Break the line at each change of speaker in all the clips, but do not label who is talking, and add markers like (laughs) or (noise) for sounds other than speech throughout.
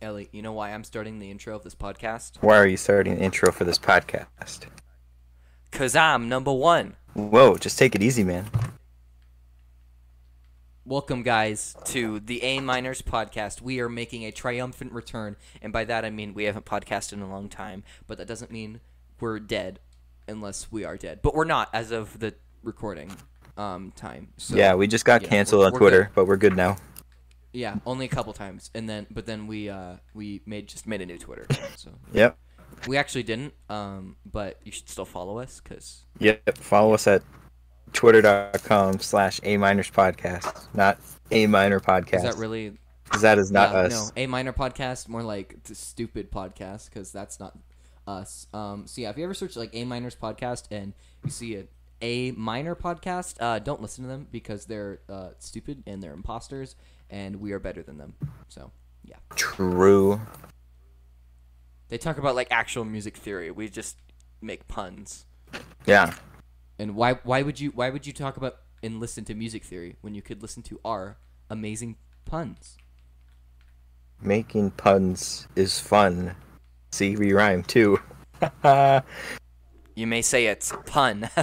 Ellie, you know why I'm starting the intro of this podcast?
Why are you starting an intro for this podcast?
Cause I'm number one.
Whoa, just take it easy, man.
Welcome, guys, to the A Minors podcast. We are making a triumphant return, and by that I mean we haven't podcasted in a long time, but that doesn't mean we're dead, unless we are dead. But we're not as of the recording um, time. So,
yeah, we just got
yeah,
canceled
we're-
on
we're
Twitter, but we're good now.
Yeah, only a couple times, and then but then we uh, we made just made a new Twitter. So
Yep.
we actually didn't, um, but you should still follow us because
Yep. Follow us at twitter.com slash A minors podcast, not A minor podcast.
is that really
'cause that is not
Yeah,
Uh, us.
Uh, No, a minor podcast, more like the stupid podcast, because that's not us. Um, so yeah, if you ever search like a minors podcast and you see a a minor podcast, uh, don't listen to them because they're uh, stupid and they're imposters, and we are better than them. So yeah,
True.
they talk about like actual music theory. We just make puns.
Yeah.
And why why would you why would you talk about and listen to music theory when you could listen to our amazing puns?
Making puns is fun. See, we rhyme too. yeah,
You may say it's pun. (laughs)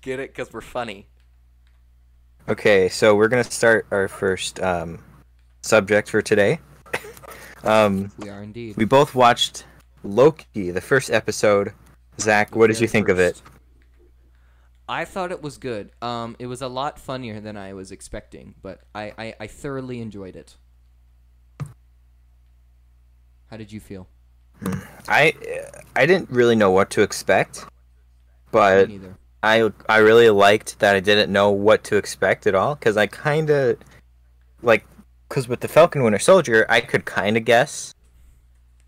Get it? Because we're funny.
Okay, so we're gonna start our first um, subject for today. um,
We are indeed.
we both watched Loki, the first episode. Zach, what did you think of it?
I thought it was good. Um, it was a lot funnier than I was expecting, but I, I, I thoroughly enjoyed it. How did you feel?
I I didn't really know what to expect, but
Me neither.
I I really liked that I didn't know what to expect at all because I kind of like because with the Falcon Winter Soldier I could kind of guess,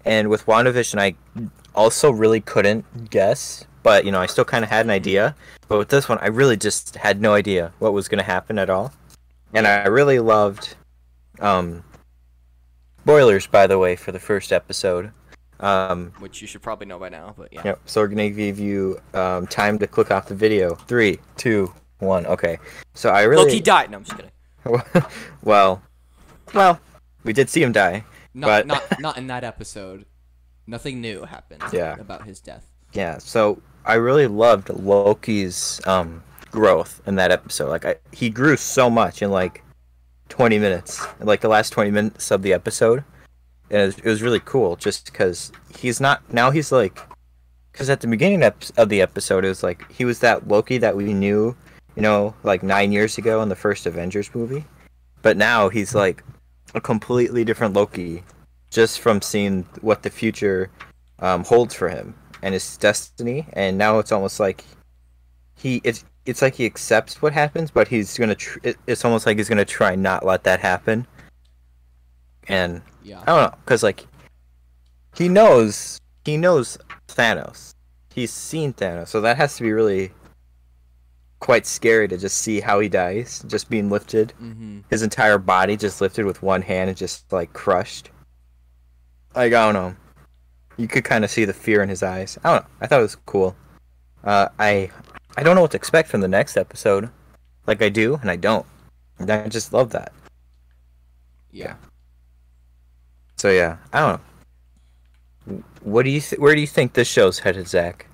and with WandaVision I also really couldn't guess, but you know I still kind of had an idea. But with this one I really just had no idea what was gonna happen at all, and I really loved. Um, spoilers, by the way, for the first episode. Um,
Which you should probably know by now, but yeah.
Yep. So we're gonna give you um, time to click off the video. Three, two, one. Okay. So I really.
Loki died. No, I'm just kidding.
well, well, we did see him die.
Not,
(laughs) But-
not, not in that episode. Nothing new happened
Yeah.
about his death.
Yeah. So I really loved Loki's um, growth in that episode. Like I, he grew so much in like 20 minutes, like the last 20 minutes of the episode, and it was, it was really cool. Just because he's not now he's like, because at the beginning ep- of the episode it was like he was that Loki that we knew, you know, like nine years ago in the first Avengers movie, but now he's like a completely different Loki, just from seeing what the future um, holds for him and his destiny. And now it's almost like he it's it's like he accepts what happens, but he's gonna. Tr- it, it's almost like he's gonna try and not let that happen. And
Yeah.
I don't know, cause like he knows he knows Thanos. He's seen Thanos, so that has to be really quite scary to just see how he dies, just being lifted
Mm-hmm.
his entire body just lifted with one hand and just like crushed. Like I don't know. You could kind of see the fear in his eyes. I don't know. I thought it was cool. Uh, I I don't know what to expect from the next episode. Like I do and I don't. And I just love that.
Yeah.
So yeah, I don't know. What do you th- where do you think this show's headed, Zach?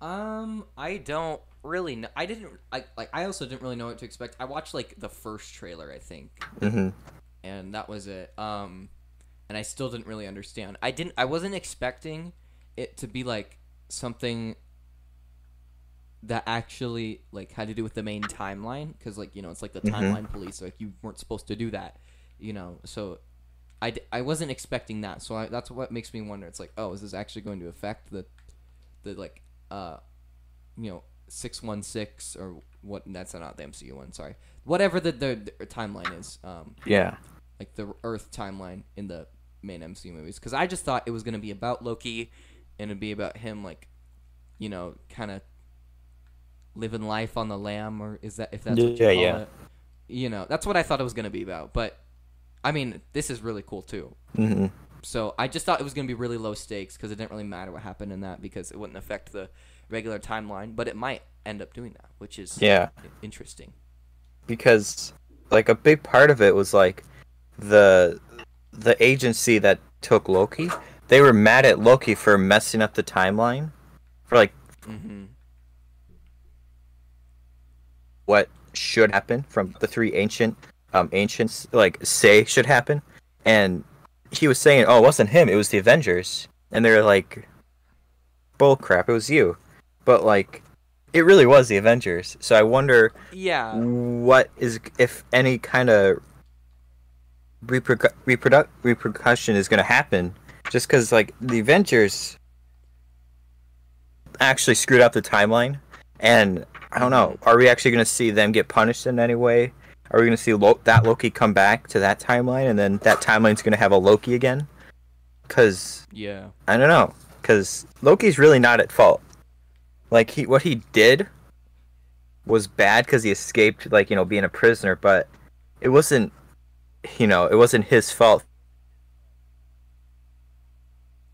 Um, I don't really know. I didn't. I like. I also didn't really know what to expect. I watched like the first trailer, I think,
Mm-hmm.
and that was it. Um, and I still didn't really understand. I didn't. I wasn't expecting it to be like something that actually like had to do with the main timeline because like you know it's like the
Mhm.
timeline police like you weren't supposed to do that you know so i, d- I wasn't expecting that so I, that's what makes me wonder it's like oh is this actually going to affect the the like uh you know 616 or what that's not the mcu one sorry whatever the, the, the timeline is um
Yeah.
like the Earth timeline in the main MCU movies because I just thought it was gonna be about Loki and it'd be about him like you know kind of living life on the lamb or is that if that's what you
Yeah,
call
yeah.
it you know that's what I thought it was gonna be about but I mean this is really cool too
Mm-hmm.
so I just thought it was gonna be really low stakes because it didn't really matter what happened in that because it wouldn't affect the regular timeline but it might end up doing that which is
Yeah.
i- interesting
because like a big part of it was like the the agency that took Loki, they were mad at Loki for messing up the timeline for like
Mm-hmm.
what should happen from the three ancient um ancients like say should happen and he was saying oh it wasn't him it was the avengers and they're like bull crap it was you but like it really was the avengers so i wonder
Yeah.
what is if any kind of repercu- reproduc- repercussion is going to happen just because like the avengers actually screwed up the timeline and i don't know are we actually going to see them get punished in any way are we going to see Lo- that loki come back to that timeline and then that timeline's going to have a loki again because
Yeah.
I don't know, because Loki's really not at fault. Like he, what he did was bad because he escaped, like you know, being a prisoner. But it wasn't, you know, it wasn't his fault.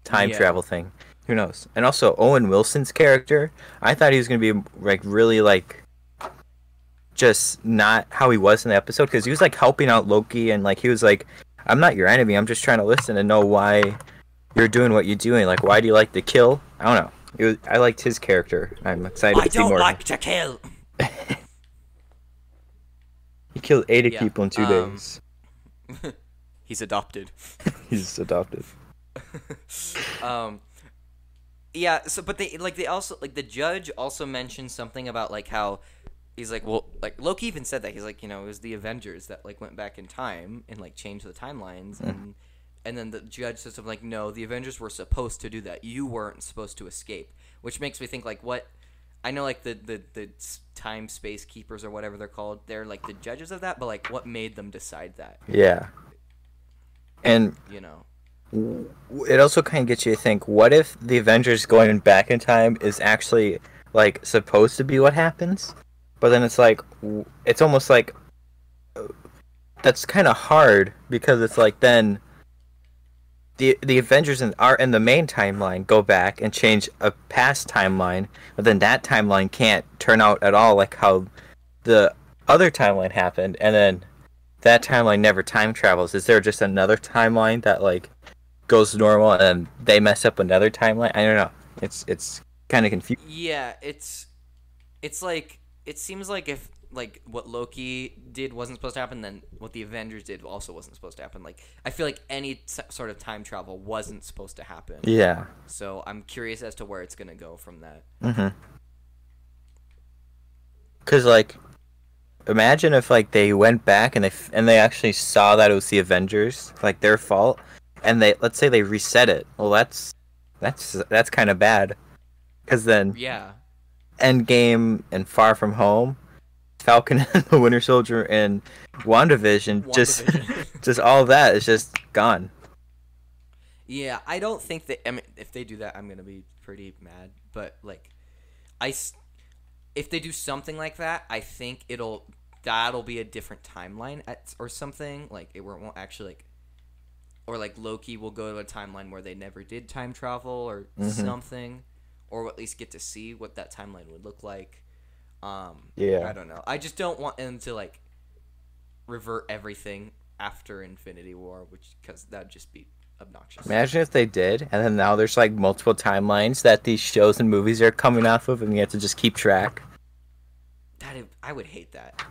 Time
Yeah.
travel thing. Who knows? And also Owen Wilson's character, I thought he was gonna be like really like just not how he was in the episode because he was like helping out Loki and like he was like, I'm not your enemy. I'm just trying to listen and know why you're doing what you're doing. Like, why do you like to kill? I don't know. It was, I liked his character. I'm excited to see more. of him.
to kill.
He killed 80
Yeah,
people in two
um,
days.
He's adopted.
He's adopted.
um yeah so but they like they also like the judge also mentioned something about like how he's like well like loki even said that he's like you know it was the avengers that like went back in time and like changed the timelines and and then the judge says something like no the avengers were supposed to do that you weren't supposed to escape which makes me think like what i know like the the, the s- time space keepers or whatever they're called they're like the judges of that but like what made them decide that
Yeah. And
you know
it also kind of gets you to think what if the Avengers going back in time is actually, like, supposed to be what happens? But then it's like, w- it's almost like uh, that's kind of hard because it's like then. The, the Avengers in, are in the main timeline go back and change a past timeline, but then that timeline can't turn out at all like how the other timeline happened, and then that timeline never time travels. Is there just another timeline that like goes normal and they mess up another timeline? I don't know. It's it's kind of confusing.
Yeah, it's it's like it seems like if like what Loki did wasn't supposed to happen, then what the Avengers did also wasn't supposed to happen. Like I feel like any s- sort of time travel wasn't supposed to happen.
Yeah.
So I'm curious as to where it's gonna go from that.
Cuz like imagine if like they went back and they f- and they actually saw that it was the Avengers, like their fault, and they let's say they reset it. Well, that's that's that's kind of bad. Cuz then
(laughs) Yeah,
Endgame and Far From Home, Falcon (laughs) and the Winter Soldier and WandaVision, just
WandaVision.
(laughs) just all that is just gone.
yeah. I don't think that. I mean, if they do that, I'm gonna be pretty mad. But like, I s- if they do something like that, I think it'll that'll be a different timeline at, or something. Like it won't won't actually like or like Loki will go to a timeline where they never did time travel or something, or at least get to see what that timeline would look like. Um,
Yeah.
I don't know. I just don't want them to like revert everything after Infinity War, which because that'd just be obnoxious.
Imagine if they did, and then now there's like multiple timelines that these shows and movies are coming off of, and you have to just keep track.
That is- I would hate that.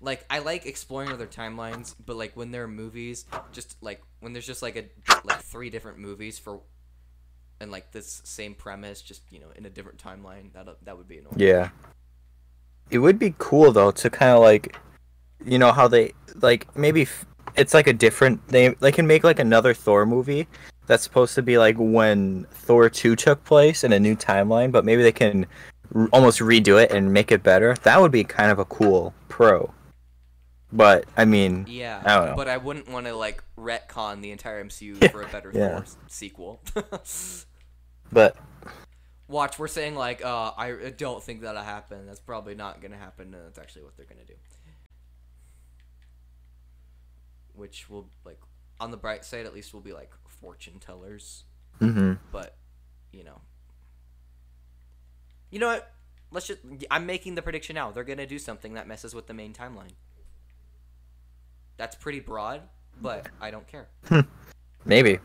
Like I like exploring other timelines, but like when there are movies, just like when there's just like a like three different movies for, and like this same premise, just you know in a different timeline. That that would be annoying.
Yeah. It would be cool though to kind of like, you know how they like maybe f- it's like a different they they can make like another Thor movie that's supposed to be like when Thor two took place in a new timeline, but maybe they can r- almost redo it and make it better. That would be kind of a cool pro. But I mean,
Yeah,
I don't know.
but I wouldn't want to like retcon the entire MCU for a better
(laughs) yeah.
Thor s- sequel. (laughs)
but
Watch, we're saying like, uh, I I don't think that'll happen. That's probably not gonna happen, and that's actually what they're gonna do. Which will like, on the bright side, at least we'll be like fortune tellers.
hmm
But, you know, you know what? Let's just. I'm making the prediction now. They're gonna do something that messes with the main timeline. That's pretty broad, but I don't care.
Maybe.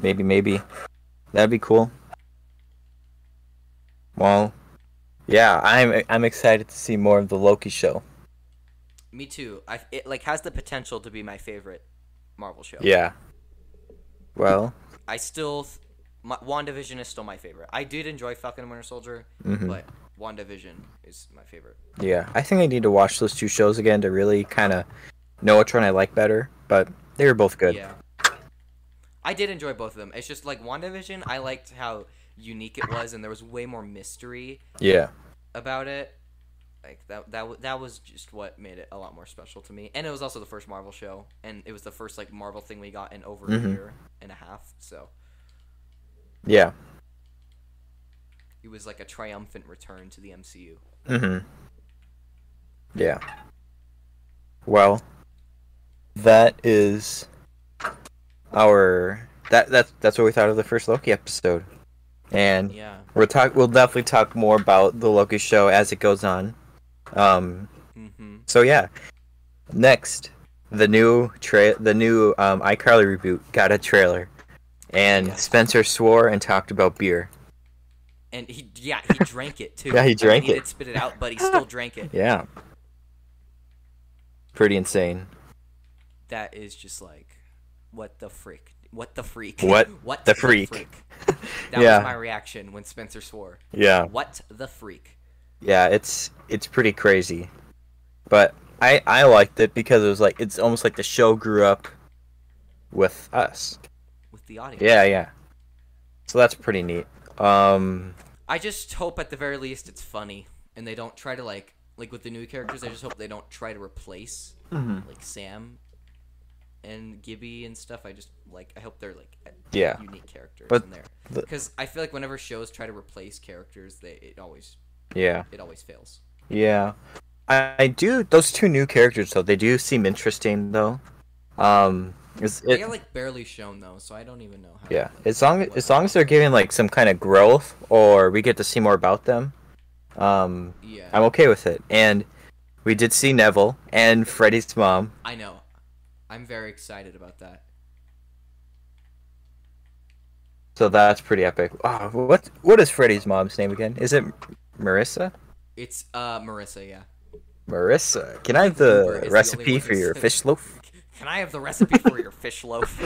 Maybe, maybe. That'd be cool. Well, yeah, I'm I'm excited to see more of the Loki show.
Me too. I it like has the potential to be my favorite Marvel show.
Yeah. Well,
I still th- my, WandaVision is still my favorite. I did enjoy Falcon and Winter Soldier, but WandaVision is my favorite.
yeah, I think I need to watch those two shows again to really kind of know which one I like better, but they were both good.
Yeah. I did enjoy both of them. It's just like WandaVision, I liked how unique it was and there was way more mystery
yeah.
about it. Like that that wa- that was just what made it a lot more special to me. And it was also the first Marvel show and it was the first like Marvel thing we got in over a year and a half. So
Yeah.
it was like a triumphant return to the MCU.
Mm-hmm. Yeah. Well, that is our that that's that's what we thought of the first Loki episode, and
Yeah.
we'll talk. We'll definitely talk more about the Loki show as it goes on. Um.
Mhm.
So yeah. Next, the new tra- the new um, iCarly reboot got a trailer, and
Yes.
Spencer swore and talked about beer.
And he yeah, he drank it too.
Yeah, he
I mean,
drank
he
it.
did spit it out, but he still drank it.
Yeah. Pretty insane.
That is just like what the freak. What the freak.
What
(laughs) what
the freak. (laughs)
That
Yeah. Oh.
was my reaction when Spencer swore.
Yeah.
What the freak?
Yeah, it's it's pretty crazy, but I I liked it because it was like it's almost like the show grew up with us.
With the audience.
Yeah, yeah. So that's pretty neat. Um,
I just hope at the very least it's funny and they don't try to like like with the new characters, I just hope they don't try to replace
Mm-hmm.
like Sam and Gibby and stuff. I just like I hope they're like
Yeah.
unique characters
But
in there.
the-
Because I feel like whenever shows try to replace characters, they it always
yeah,
it always fails.
yeah. I, I do those two new characters though. They do seem interesting though. Um, is
They
it?
get like barely shown though, so I don't even know how.
Yeah,
like,
as long
what-
as long as they're giving like some kind of growth or we get to see more about them, um,
yeah,
I'm okay with it. And we did see Neville and Freddy's mom.
I know. I'm very excited about that.
So that's pretty epic. Ah, what what is Freddy's mom's name again? Is it Marissa?
It's uh Marissa, yeah.
Marissa. Can I have
Uber is
the
the only
recipe
one
for your
that's-
fish loaf?
Can I have the recipe for your fish loaf?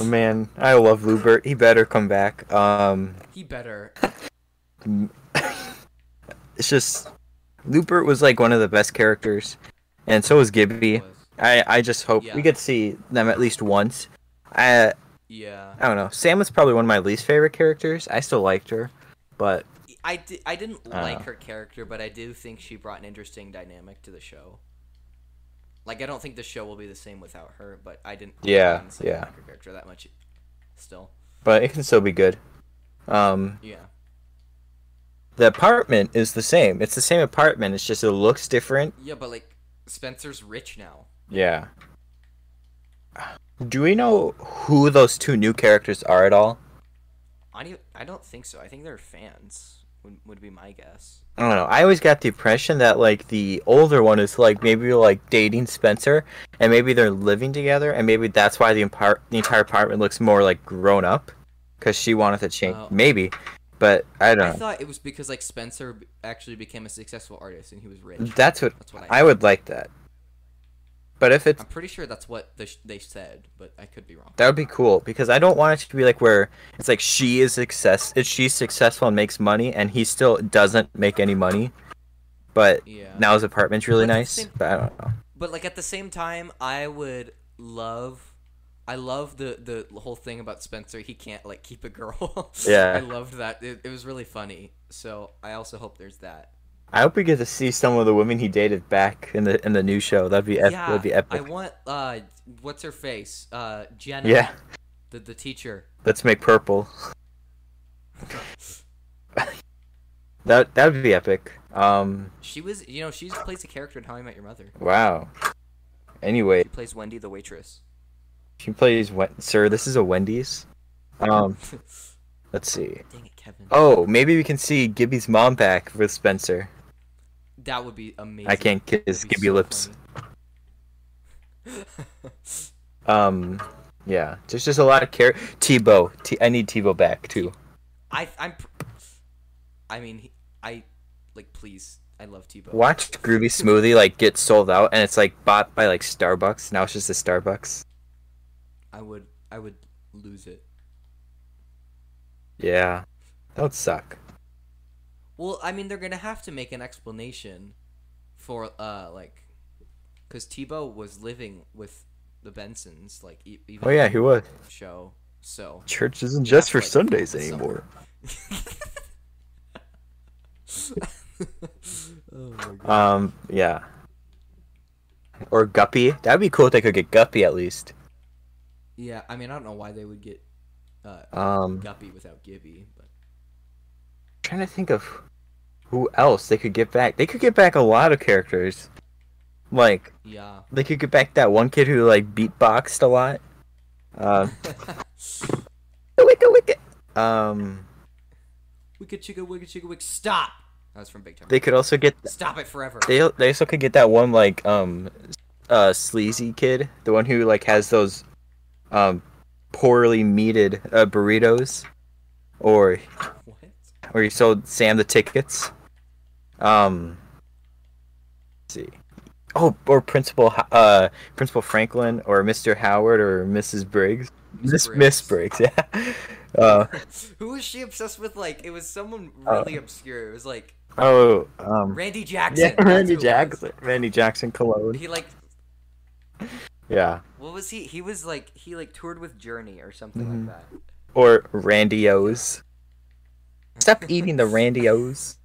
Oh, man, I love Lubert. He better come back. Um,
(laughs) he better.
it's just Lubert was like one of the best characters, and so was Gibby.
was.
I I just hope
Yeah.
we get to see them at least once. I
Yeah.
I don't know. Sam was probably one of my least favorite characters. I still liked her, but
I, di- I didn't like
Uh.
her character, but I do think she brought an interesting dynamic to the show. Like I don't think the show will be the same without her, but I didn't
Yeah,
honestly
yeah.
like her character that much still.
but it can still be good. Um,
Yeah.
the apartment is the same. It's the same apartment. It's just it looks different.
Yeah, but like Spencer's rich now.
Yeah. Do we know who those two new characters are at all?
I don't, I don't think so. I think they're fans would, would be my guess.
I don't know. I always got the impression that like the older one is like maybe like dating Spencer, and maybe they're living together, and maybe that's why the impar- the entire apartment looks more like grown up, because she wanted to change.
Oh.
Maybe, but I
I
don't know.
thought it was because like Spencer b- actually became a successful artist and he was rich.
That's what
That's what I.
I would like that. But if it's
I'm pretty sure that's what the sh- they said, but I could be wrong.
That would be cool because I don't want it to be like where it's like she is success, if she's successful and makes money, and he still doesn't make any money. But
Yeah.
now his apartment's really
But at the
nice.
same-
But I don't know.
But like at the same time, I would love, I love the the whole thing about Spencer. He can't like keep a girl. (laughs)
Yeah.
I loved that. It, it was really funny. So I also hope there's that.
I hope we get to see some of the women he dated back in the in the new show. That'd be ep-
yeah.
that'd be epic.
I want uh, what's her face? Uh, Jenna.
Yeah,
The the teacher.
let's make purple. (laughs) that that'd be epic. Um,
She was, you know, she plays a character in How I Met Your Mother.
wow. Anyway,
She plays Wendy the waitress.
she plays Wen- Sir. This is a Wendy's.
(laughs)
Um,
Dang
let's see.
it, Kevin.
Oh, maybe we can see Gibby's mom back with Spencer.
That would be amazing.
I can't kiss
That'd be
Gibby
so
lips.
funny. (laughs)
Um, yeah, there's just a lot of care. Tebow, T- I need Tebow back too.
I I'm. pr- I mean, he, I like. Please, I love Tebow.
Watch Groovy Smoothie like get sold out, and it's like bought by like Starbucks. Now it's just a Starbucks.
I would. I would lose it.
Yeah, that would suck.
Well, I mean, they're gonna have to make an explanation for uh like, because Tebow was living with the Bensons, like e- even
Oh yeah, he would.
show.
(laughs)
So (laughs)
Church isn't just for
Catholic
Sundays
somewhere.
anymore.
oh my god.
Um, yeah. Or Guppy. That'd be cool if they could get Guppy at least.
Yeah, I mean, I don't know why they would get uh,
Um,
Guppy without Gibby, but
trying to think of who else they could get back. They could get back a lot of characters. Like
yeah. (laughs)
they could get back that one kid who like beatboxed a lot. Uh, wicka wicka. Um,
Wicka chicka wicka chicka wick. Stop. That was from Big Time.
they could also get
Stop it forever.
they they also could get that one like um uh sleazy kid, the one who like has those um poorly meated uh, burritos, or
what?
or he sold Sam the tickets. Um, let's see. Oh, or Principal Ho- uh Principal Franklin or Mr. Howard or Mrs. Briggs. Miss Miss Briggs, (laughs) yeah. Uh,
Who was she obsessed with? Like it was someone really obscure. It was like
oh, um,
Randy Jackson.
yeah,
that's
Randy
who it was.
Jackson, Randy Jackson Cologne.
He like
Yeah,
what was he? He was like he like toured with Journey or something like
Mm-hmm.
that.
or Randy O's. Stop eating the Randy O's.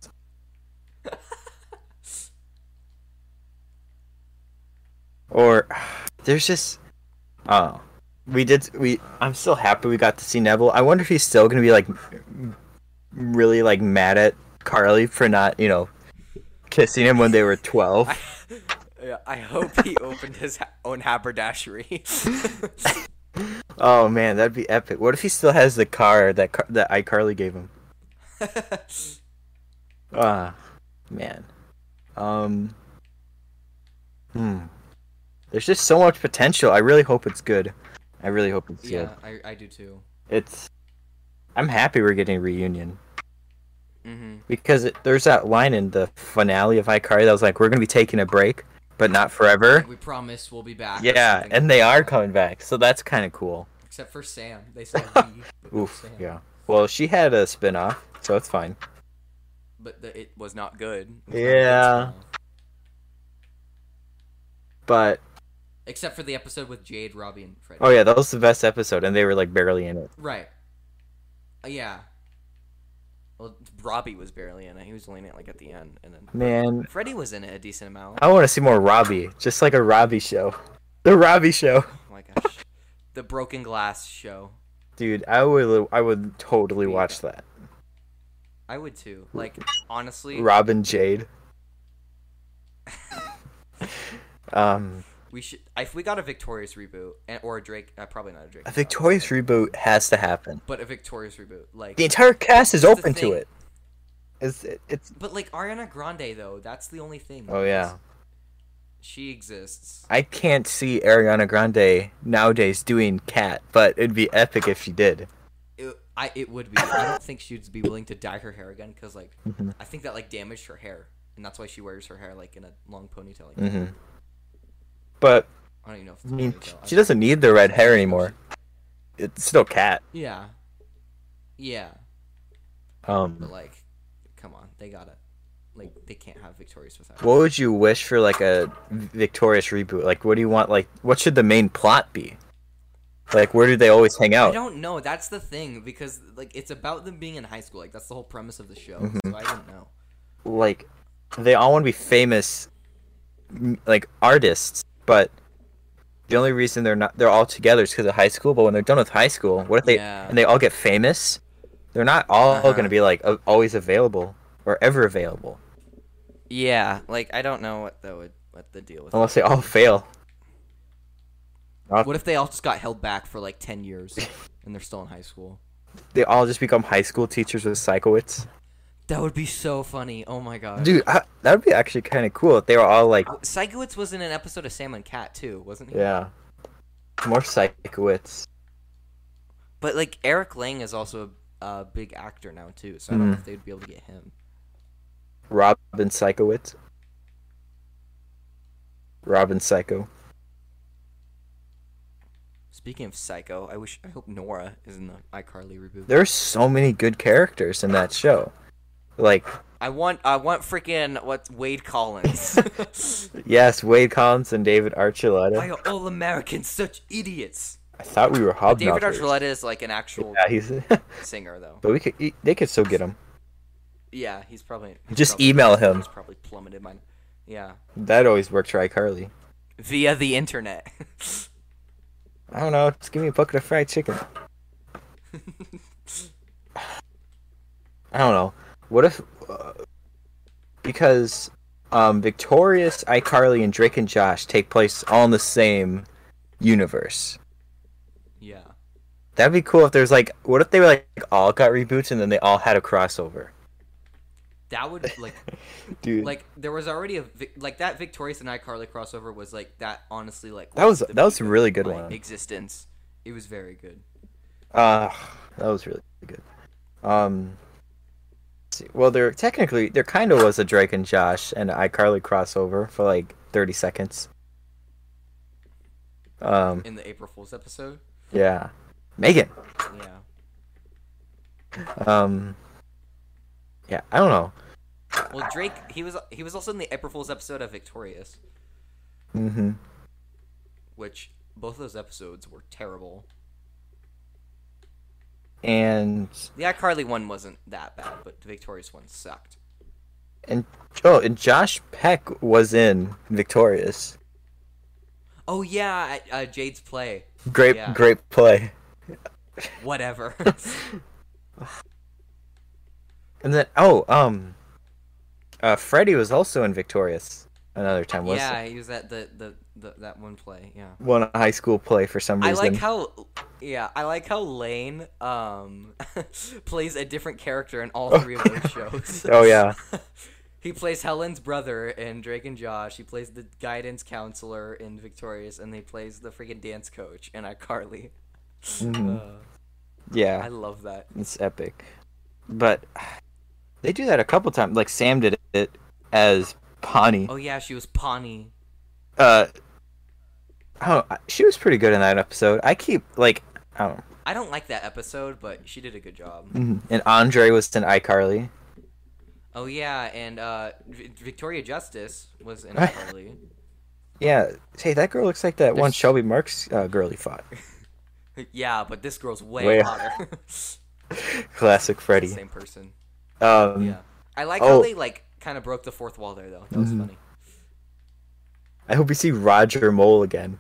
or there's just oh, we did we. I'm still happy we got to see Neville. I wonder if he's still gonna be like really like mad at Carly for not you know kissing him when they were twelve.
(laughs) Yeah, I hope he opened his ha- own haberdashery. (laughs)
(laughs) Oh man, that'd be epic. What if he still has the car that car, that iCarly gave him? Ah, man. Um. Hmm. There's just so much potential. I really hope it's good. I really hope it's
yeah,
good.
I, I do too.
It's. I'm happy we're getting a reunion
Mm-hmm.
because it, there's that line in the finale of iCarly that was like, "We're gonna be taking a break, but not forever."
We promise we'll be back. or
Yeah,
something
and
like
they are
that.
coming back, so that's kind of cool.
Except for Sam,
(laughs)
they said. we, but no
Oof.
Sam.
Yeah. Well, she had a spin-off, so it's fine.
But the, it was not good. It was not good
Yeah.
somehow.
But
Except for the episode with Jade, Robbie, and Fred.
oh yeah, that was the best episode, and they were like barely in it.
Right. Uh, yeah. Well, Robbie was barely in it. He was only in it like at the end, and then
Man,
Freddy was in it a decent amount.
I want to see more Robbie, just like a Robbie show. The Robbie show.
Oh my gosh, the Broken Glass show.
Dude, I would I would totally watch that.
I would too. Like honestly,
Robin Jade. (laughs) Um
we should. If we got a Victorious reboot and, or a Drake, uh, probably not a Drake,
a
reboot,
victorious reboot has to happen.
but a Victorious reboot. Like,
The entire cast is
That's the
open to
thing.
it. It's it, it's
but like Ariana Grande though, that's the only thing.
Oh yeah.
she exists.
I can't see Ariana Grande nowadays doing Cat, but it'd be epic if she did.
It, I it would be. I don't think she'd be willing to dye her hair again because like
Mm-hmm.
I think that like damaged her hair, and that's why she wears her hair like in a long ponytail. Like,
Mhm. But
I don't even know if it's
I mean,
ponytail. I
she
don't-
doesn't need the red hair anymore. It's still Cat.
Yeah, yeah,
Um
but like, come on, they gotta, like, they can't have Victorious without. her.
What would you wish for like a victorious reboot? Like what do you want like what should the main plot be? Like where do they always hang
I
out?
don't know. That's the thing because like it's about them being in high school. Like that's the whole premise of the show.
Mm-hmm.
So I didn't know.
Like they all want to be famous m- like artists, but the only reason they're not they're all together is cuz of high school, but when they're done with high school, what if they
Yeah.
and they all get famous? They're not all
Uh-huh.
going to be like a- always available or ever available
Yeah, like I don't know what that would what the deal with.
unless they all (laughs) fail.
What if they all just got held back for like ten years and they're still in high school?
They all just become high school teachers with psychowits.
That would be so funny. Oh my god.
Dude, I, that would be actually kind of cool if they were all like,
Psychowitz was in an episode of Sam and Cat too, wasn't he?
yeah, more psychowits.
But like Eric Lang is also a, a big actor now too, so I
Mm-hmm.
don't know if they'd be able to get him.
Robin Psychowitz. Robin Psycho.
Speaking of Psycho, I wish I hope Nora is in the iCarly reboot.
There's so many good characters in that show. Like,
I want I want freaking what's Wade
(laughs)
Collins. (laughs)
yes, Wade Collins and David Archuleta.
Why
I,
are all Americans such idiots?
thought we were hobnobbers.
David Archuleta is like an actual
Yeah, he's. (laughs)
singer though.
but we could. e- They could still get him.
Yeah, he's probably he's
Just
probably-
email him.
He's probably plummeted mine. Yeah,
That always worked for iCarly.
via the internet. (laughs)
I don't know. Just give me a bucket of fried chicken. (laughs) I don't know. What if? Uh, because um, Victorious, iCarly, and Drake and Josh take place all in the same universe.
yeah,
That'd be cool if there's like, what if they were like all got reboots and then they all had a crossover,
that would like
dude?
like there was already a Vic- like that Victorious and iCarly crossover was like that. Honestly, like
That was-
the
that was
peak
a
of
really good
my
one.
Existence. It was very good.
Uh, that was really good. Um, let's see. well, there technically there kind of was a Drake and Josh and iCarly crossover for like thirty seconds. Um,
in the April Fool's episode.
yeah, Megan.
Yeah.
Um, yeah, I don't know.
Well, Drake he was he was also in the April Fool's episode of Victorious,
Mm-hmm.
which both of those episodes were terrible.
And
The iCarly one wasn't that bad, but the Victorious one sucked.
and oh, and Josh Peck was in Victorious.
Oh yeah, at, uh, Jade's play.
Great,
Yeah.
great play. (laughs)
Whatever.
And then oh, um, uh, Freddie was also in Victorious another time. Was
yeah, he was at the, the the that one play. Yeah.
one high school play for some
I
reason.
like how, yeah, I like how Lane um (laughs) plays a different character in all three of
(laughs)
those shows.
Oh, yeah.
(laughs) he plays Helen's brother in Drake and Josh. He plays the guidance counselor in Victorious, and he plays the freaking dance coach in iCarly.
Mm-hmm.
Uh, I
yeah,
love that.
it's epic. But they do that a couple times. Like Sam did it as Pawnee.
Oh yeah, she was Pawnee.
Uh, oh, she was pretty good in that episode. I keep like I don't.
I don't like that episode, but she did a good job.
know. And Andre was in iCarly.
Oh yeah, and uh, v- Victoria Justice was
(laughs)
in iCarly.
Yeah. Hey, that girl looks like that one
There's-
Shelby Marks uh, girl
(laughs)
he fought.
yeah, but this girl's way,
Way-
hotter. (laughs)
Classic Freddy.
Same person.
Um,
Yeah. I like
Oh. Mm-hmm.
how they like kind of broke the fourth wall there though. That was funny.
I hope we see Roger
(laughs)
Mole again.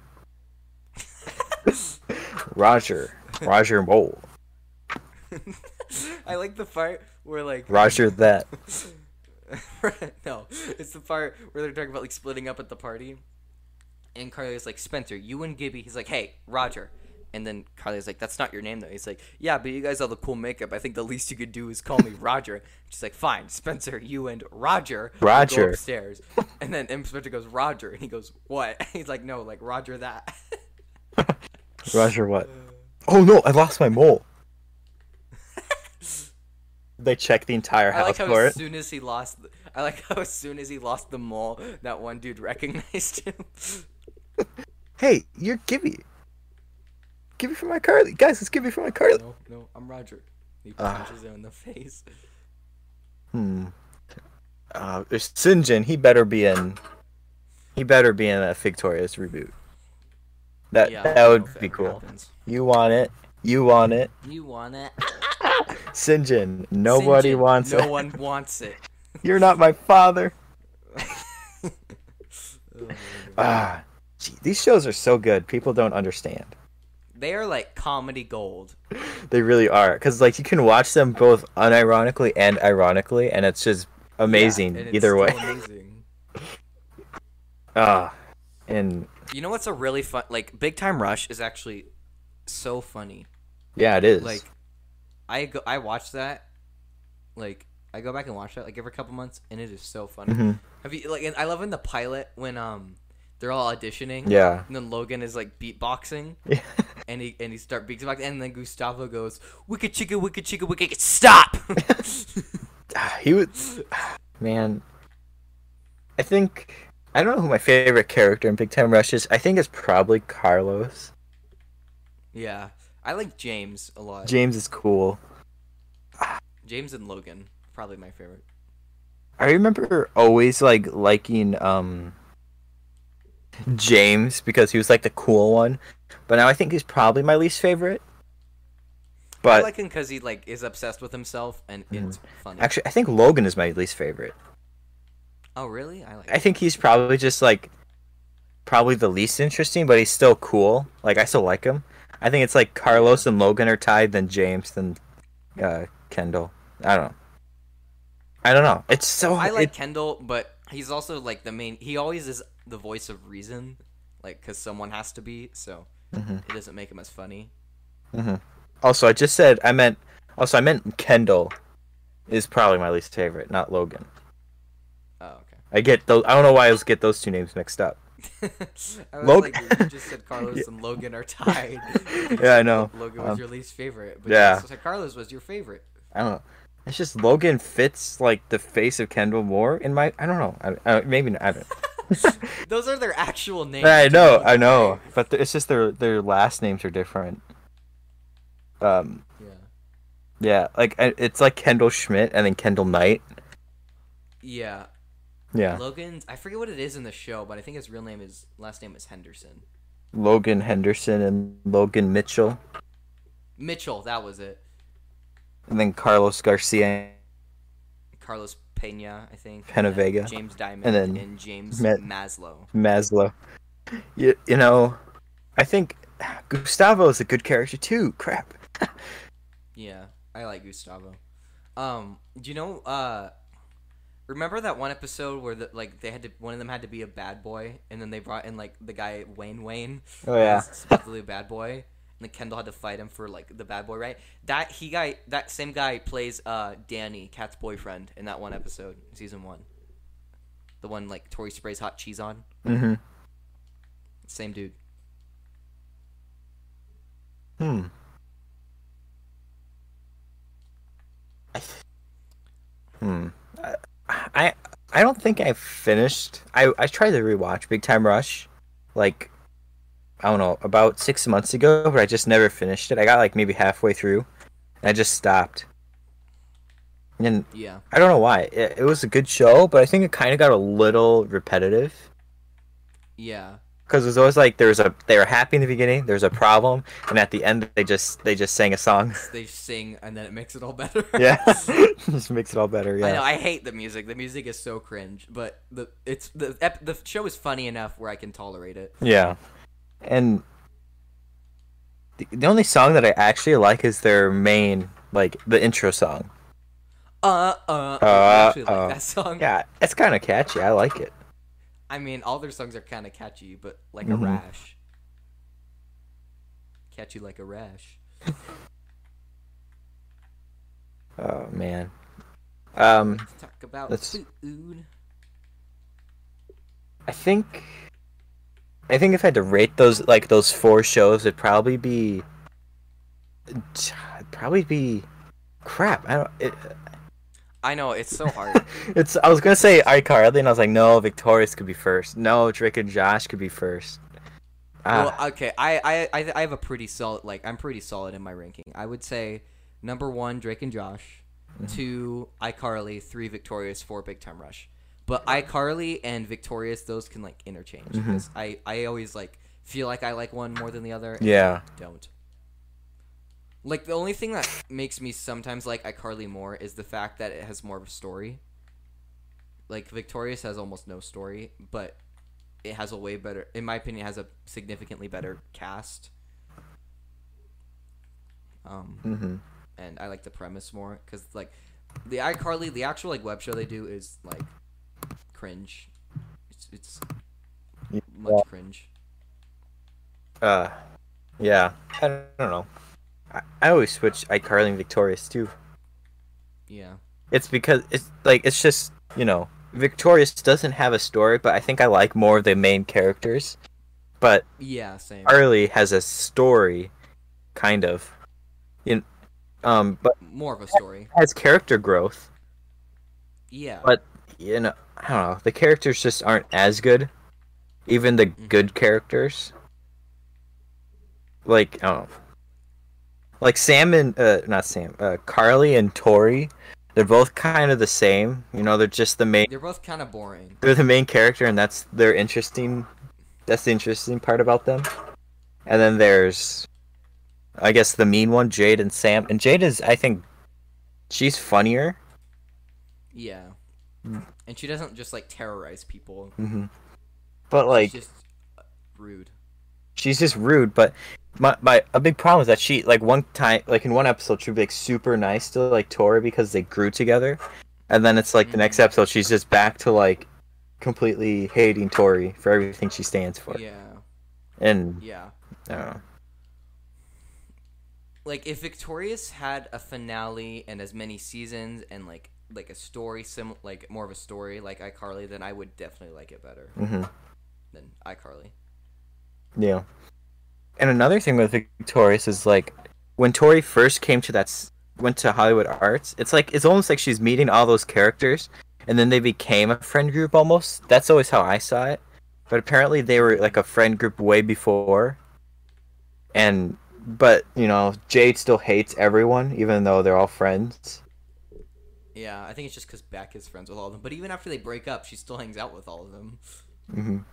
Roger. Roger Mole.
I like the part where like
Roger that.
(laughs) no, it's the part where they're talking about like splitting up at the party, and Carly's like Spencer, you and Gibby. He's like, hey, Roger. And then Carly's like, "That's not your name, though." He's like, "Yeah, but you guys have the cool makeup. I think the least you could do is
(laughs)
call me Roger." She's like, "Fine, Spencer, you and Roger, will go
Roger.
upstairs." And then and Spencer goes, "Roger," and he goes, "What?" (laughs) He's like, "No, like Roger that." (laughs)
Roger what? Oh no, I lost my mole. (laughs) they check the entire
I
house
like how
for
as
it.
soon as he lost, th- I like how as soon as he lost the mole, that one dude recognized him. (laughs)
Hey, you're Gibby. Gibby from my Carly. Guys, it's Gibby from my Carly.
no, no, I'm Roger. He
Ah.
punches him in the face.
Hmm. Uh, there's Sinjin. He better be in. He better be in a Victorious reboot. That
Yeah, I
that
don't
would
know if
be
ever
cool.
happens.
You want it. You want it.
You want
(laughs)
it?
Sinjin. Nobody
Sinjin,
wants
No
it.
one wants it.
(laughs) You're not my father.
Oh,
Ah, gee, these shows are so good. People don't understand.
They are like comedy gold.
They really are, because like you can watch them both unironically and ironically, and it's just amazing
Yeah, and it's
either way.
still amazing.
(laughs) Ah, and
You know what's a really fun? Like Big Time Rush is actually so funny.
yeah, it is.
like I go, I watched that like I go back and watch that like every couple months, and it is so funny.
Mhm.
Have you like? And I love in the pilot when um they're all auditioning.
Yeah.
And then Logan is like beatboxing,
Yeah.
and he and he start beatboxing, and then Gustavo goes wicked chicka wicked chicka wicked
(laughs)
stop.
(laughs) Ah, he was (sighs) man i think i don't know who my favorite character in big time rush is i think it's probably carlos
yeah, I like James a lot.
james is cool
James and Logan probably my favorite.
i remember always like liking um james because he was like the cool one but now i think he's probably my least favorite
I
but Mm-hmm.
like him because he like is obsessed with himself, and it's funny.
actually i think logan is my least favorite
oh really? I like.
I think he's probably just like probably the least interesting, but he's still cool. Like I still like him. I think it's like Carlos and Logan are tied, then James, then uh, Kendall. I don't know. I don't know. It's so
I like
it-
Kendall, but he's also like the main. He always is the voice of reason, like because someone has to be. So
Mm-hmm.
it doesn't make him as funny.
also I just said I meant also I meant Kendall is probably my least favorite, not Logan.
Oh, okay. (laughs)
I get those. I don't know why I always get those two names mixed up.
I was
Log-
like, you just said
(laughs)
Carlos and Logan are tied.
Yeah, I know.
(laughs) Logan was
Um,
your least favorite, but
yeah.
yeah, Carlos was your favorite.
I don't know. It's just Logan fits like the face of Kendall more in my. I don't know. I, I, maybe not. I don't.
Those are their actual names.
I know, I
Kendall.
know, but th- it's just their their last names are different. Um,
Yeah.
yeah, like I- it's like Kendall Schmidt and then Kendall Knight.
Yeah.
Yeah,
Logan's. I forget what it is in the show, but I think his real name is last name is Henderson.
Logan Henderson and Logan Mitchell,
Mitchell. That was it.
and then Carlos Garcia.
Carlos Pena, I think.
Pena
and then
Vega.
James Diamond.
And
And
then
James
Ma-
Maslow.
Maslow. You, you know, I think Gustavo is a good character too. Crap.
Yeah, I like Gustavo. Um, do you know? Uh, remember that one episode where the, like they had to one of them had to be a bad boy, and then they brought in like the guy Wayne Wayne.
Oh, yeah.
who's supposedly a bad boy, and then Kendall had to fight him for like the bad boy, right? That he guy, that same guy plays uh Danny Cat's boyfriend in that one episode, season one. The one like Tori sprays hot cheese on.
Mm-hmm.
Same dude.
Hmm. Hmm. I- I I don't think I finished. I I tried to rewatch Big Time Rush, like I don't know about six months ago, but I just never finished it. I got like maybe halfway through, and I just stopped. And
Yeah.
I don't know why. It, it was a good show, but I think it kind of got a little repetitive
Yeah.
because it was always like there was a they were happy in the beginning, there's a problem, and at the end they just they just sang a song. (laughs)
They sing and then it makes it all (laughs) better.
Yeah, just makes it all better. Yeah,
I know. I hate the music. The music is so cringe, but the it's the ep- the show is funny enough where I can tolerate it.
yeah. And the, the only song that I actually like is their main, like the intro song.
Uh uh.
Uh,
I actually
uh.
like that song.
Yeah, it's kind of catchy. I like it.
I mean, all their songs are kind of catchy, but like
Mhm.
a rash. Catchy like a rash.
Oh man. Um,
Let's talk about
That's-
food.
I think, I think if I had to rate those like those four shows, it'd probably be, it'd probably be, crap. I don't. It,
I know it's so hard.
it's. I was gonna say iCarly, and I was like, no, Victorious could be first. No, Drake and Josh could be first. Ah.
Well, okay, I, I- I I have a pretty solid like I'm pretty solid in my ranking. I would say number one Drake and Josh, two iCarly, three Victorious, four Big Time Rush. But iCarly and Victorious, those can like interchange because I I always like feel like I like one more than the other. and
Yeah.
don't. Like the only thing that makes me sometimes like iCarly more is the fact that it has more of a story. Like Victorious has almost no story, but it has a way better, in my opinion, it has a significantly better cast. Um,
Mm-hmm.
and I like the premise more because like the iCarly, the actual like web show they do is like cringe. It's it's
Yeah.
much cringe.
Uh, yeah. I don't know. I, I always switch iCarly and Victorious too.
Yeah.
it's because it's like it's just you know Victorious doesn't have a story, but I think I like more of the main characters. But
Yeah, same.
Harley has a story, kind of, in, um, but
More of a story.
has character growth.
Yeah.
But you know, I don't know. The characters just aren't as good. Even the good characters. Like I don't know. Like Sam and uh, not Sam, uh, Carly and Tori, they're both kind of the same. You know, they're just the main. (laughs)
They're both kind of boring.
They're the main character, and that's their interesting. That's the interesting part about them. And then there's, I guess, the mean one, Jade and Sam. And Jade is, I think, she's funnier.
Yeah.
Hmm.
And she doesn't just like terrorize people.
But like,
She's just uh, rude.
she's just rude. But my, my a big problem is that she like one time like in one episode she'd be like super nice to like Tori because they grew together, and then it's like the next episode she's just back to like completely hating Tori for everything she stands for.
Yeah.
And
Yeah.
I don't know.
Like if Victorious had a finale and as many seasons and like like a story sim like more of a story like iCarly, then I would definitely like it better
Mhm.
than iCarly.
yeah. And another thing with Victorious is like when Tori first came to that s- went to Hollywood Arts, it's like it's almost like she's meeting all those characters, and then they became a friend group almost. That's always how I saw it. But apparently they were like a friend group way before. And but you know Jade still hates everyone even though they're all friends.
Yeah, I think it's just because Beck is friends with all of them. But even after they break up, she still hangs out with all of them.
Mhm.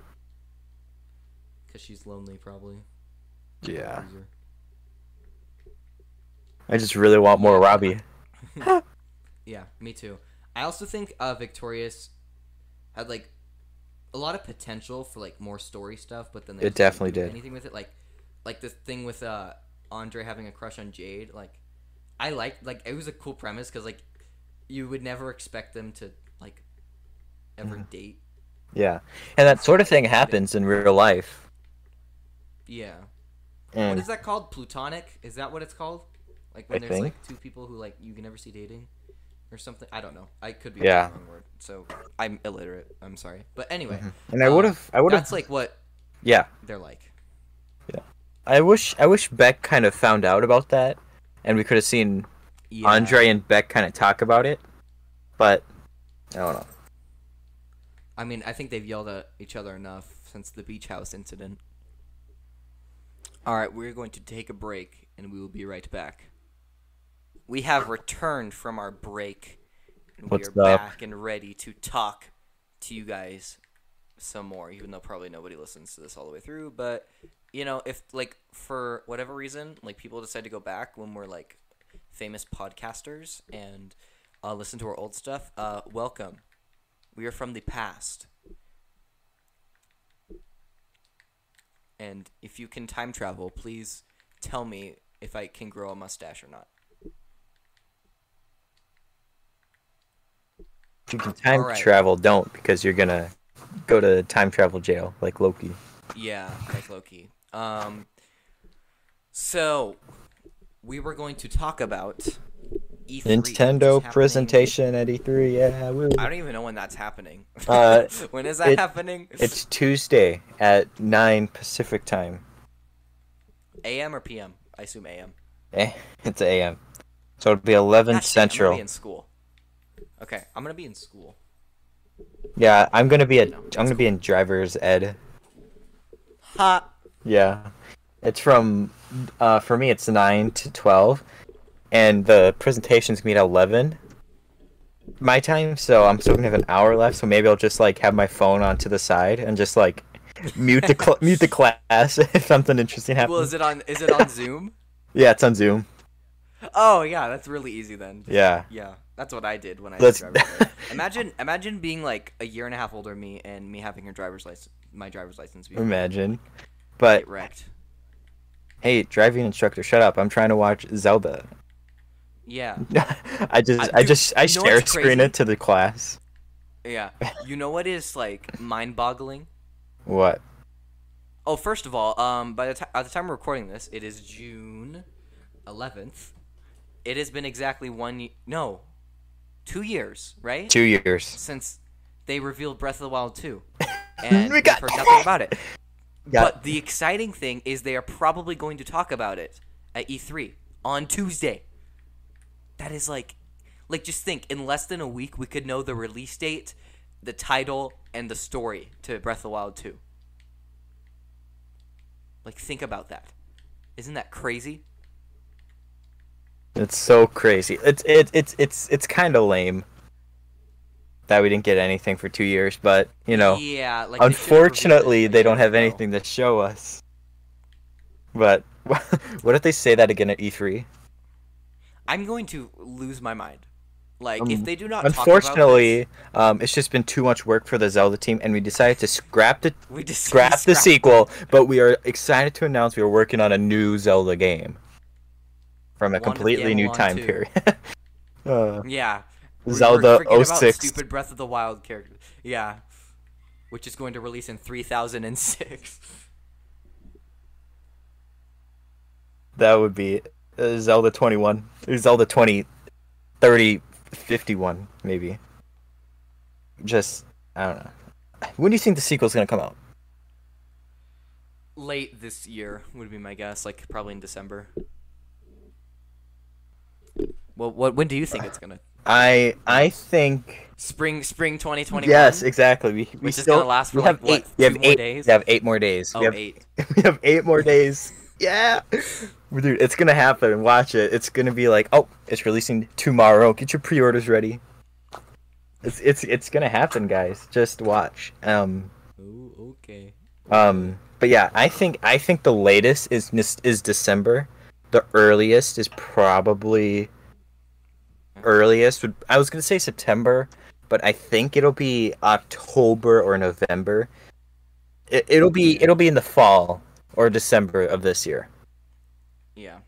Because she's lonely, probably.
Yeah.
Loser.
I just really want more Robbie.
Yeah, me too. I also think uh, Victorious had like a lot of potential for like more story stuff, but then they
It
just didn't
definitely
do
did.
anything with it. Like, like the thing with uh, Andre having a crush on Jade. Like, I liked like it was a cool premise because like you would never expect them to like ever date.
Yeah. And that sort of thing happens in real life.
Yeah. What
And
is that called? Plutonic? Is that what it's called? Like when
I
there's
think.
like two people who like you can never see dating or something. I don't know. I could be
Yeah.
yeah. the wrong word. So I'm illiterate. I'm sorry. But anyway,
and I would have I would have
that's like what
yeah.
they're like.
I wish I wish Beck kind of found out about that, and we could have seen
Yeah.
Andre and Beck kind of talk about it. But I don't know.
I mean, I think they've yelled at each other enough since the beach house incident. All right, we're going to take a break and we will be right back. We have returned from our break. And
What's
we are
up?
back and ready to talk to you guys some more, even though probably nobody listens to this all the way through. But, you know, if, like, for whatever reason, like, people decide to go back when we're, like, famous podcasters and uh, listen to our old stuff, uh, welcome. We are from the past. And if you can time travel, please tell me if I can grow a mustache or not.
If you can time
Alright.
travel, don't because you're gonna go to time travel jail like Loki.
Yeah, like Loki. Um, so we were going to talk about E3, which is
Nintendo
happening-
presentation at E3. Yeah, woo.
I don't even know when that's happening.
Uh,
(laughs) when is that
it-
happening?
It's Tuesday at nine Pacific time.
AM or PM? I assume AM.
Eh, (laughs) it's a.m. So it'll be eleven
Gosh, I'm gonna
Central.
be in school. Okay, I'm gonna be in school.
yeah, I'm gonna be at
No,
I'm
that's
gonna be in driver's ed.
Ha.
Yeah. It's from uh for me it's 9 to 12 and the presentation's going to be at 11 my time, so I'm still going to have an hour left, so maybe I'll just like have my phone on to the side and just like mute the cl-
(laughs)
mute the class (laughs) if something interesting happens.
Well, is it on? Is it
(laughs)
on Zoom?
yeah, it's on Zoom.
Oh yeah, that's really easy then.
Yeah.
Yeah, that's what I did when I
Let's-
had driver's license.
(laughs)
Imagine, imagine being like a year and a half older me and me having your driver's license, my driver's license, be
Imagine. But
get (laughs) wrecked.
hey, driving instructor, shut up. I'm trying to watch Zelda. (laughs)
Yeah,
I just
Uh,
I
dude,
just I
you know what's
share screen
crazy?
it to the class.
yeah. You know what is like mind-boggling?
What?
Oh, first of all, um, by the time at the time we're recording this, it is June eleventh. It has been exactly one. Ye- no, two years, right?
Two years.
Since they revealed Breath of the Wild
(laughs)
2. And
We
we
got-
have heard nothing about
(laughs)
it.
Yeah.
But the exciting thing is they are probably going to talk about it at E3 on Tuesday. That is like like just think in less than a week we could know the release date, the title and the story to Breath of the Wild 2. Like think about that. Isn't that crazy?
It's so crazy. It's it, it's it's it's kind of lame that we didn't get anything for two years, but you know,
Yeah, like they should've revealed it
unfortunately,
a
they don't
year
have
ago.
anything to show us. But (laughs) what if they say that again at E E3?
I'm going to lose my mind. Like
Um,
if they do not talk
Unfortunately, um, it's just been too much work for the Zelda team, and we decided to scrap the
about this, we just (laughs)
scrap the
scrap-
sequel. But we are excited to announce we are working on a new Zelda game from
One
a
of
completely new
Gamelon
time
2.
period. (laughs) uh,
Yeah. We- we're-
Zelda
forget about
06.
Stupid Breath of the Wild character. Yeah. Which is going to release in 3006.
that would be uh, Zelda 21, or Zelda 20, 30, 51 maybe. Just I don't know. When do you think the sequel's gonna come out?
(laughs) Late this year would be my guess, like probably in December. Well, what when do you think it's going to
I I think
Spring spring 2021.
yes, exactly. We, we
Which is
still
gonna last for,
we have
like, what,
eight, we have
two more
eight
days?
We have eight more days.
Oh,
we have
eight.
(laughs) we have eight more days. Yeah, dude, it's gonna happen. Watch it. It's gonna be like, oh, it's releasing tomorrow. Get your pre-orders ready. It's it's it's gonna happen, guys. Just watch. Um
Oh, okay.
um. But yeah, I think I think the latest is mis- is December. The earliest is probably earliest would I was gonna say September, but I think it'll be October or November. It, it'll be it'll be in the fall or December of this year.
Yeah.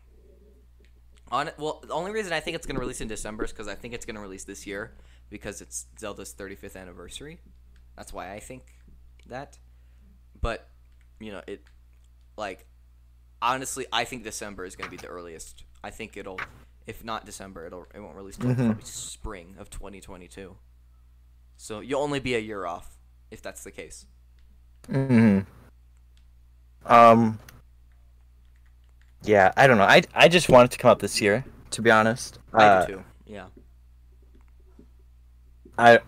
On well, the only reason I think it's gonna release in December is because I think it's gonna release this year because it's Zelda's 35th anniversary. That's why I think that. But you know, it like honestly, I think December is gonna be the earliest. I think it'll, if not December, it'll it won't release till probably spring of 2022. So you'll only be a year off if that's the case.
hmm Um. Yeah, I don't know. I I just want it to come out this year, to be honest.
I
Uh,
do too. Yeah.
I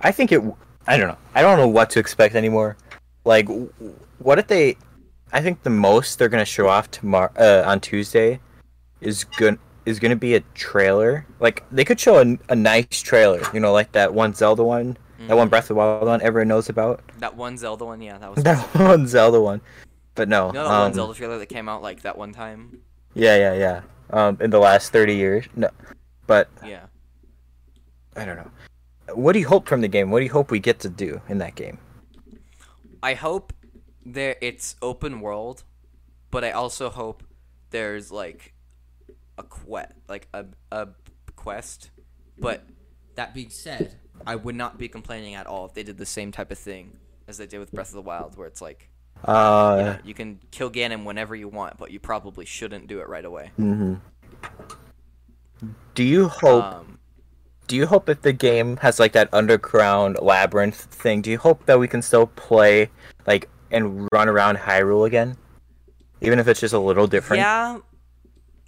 I think it. I don't know. I don't know what to expect anymore. Like, w- w- what if they? I think the most they're gonna show off tomorrow uh, on Tuesday is going is gonna be a trailer. Like they could show a, a nice trailer. You know, like that one Zelda one, that
Mm-hmm.
one Breath of the Wild one everyone knows about. (laughs)
That one Zelda one, yeah, that was
That one Zelda one. But no.
You know that one
um,
Zelda trailer that came out like that one time?
Yeah, yeah, yeah. Um, in the last thirty years, no. But
Yeah.
I don't know. What do you hope from the game? What do you hope we get to do in that game?
I hope there it's open world, but I also hope there's like a quest, like a a quest. But that being said, I would not be complaining at all if they did the same type of thing as they did with Breath of the Wild, where it's like
Uh,
you can kill Ganon whenever you want, but you probably shouldn't do it right away.
Do you hope?
Um,
do you hope if the game has like that underground labyrinth thing? Do you hope that we can still play like and run around Hyrule again, even if it's just a little different?
Yeah,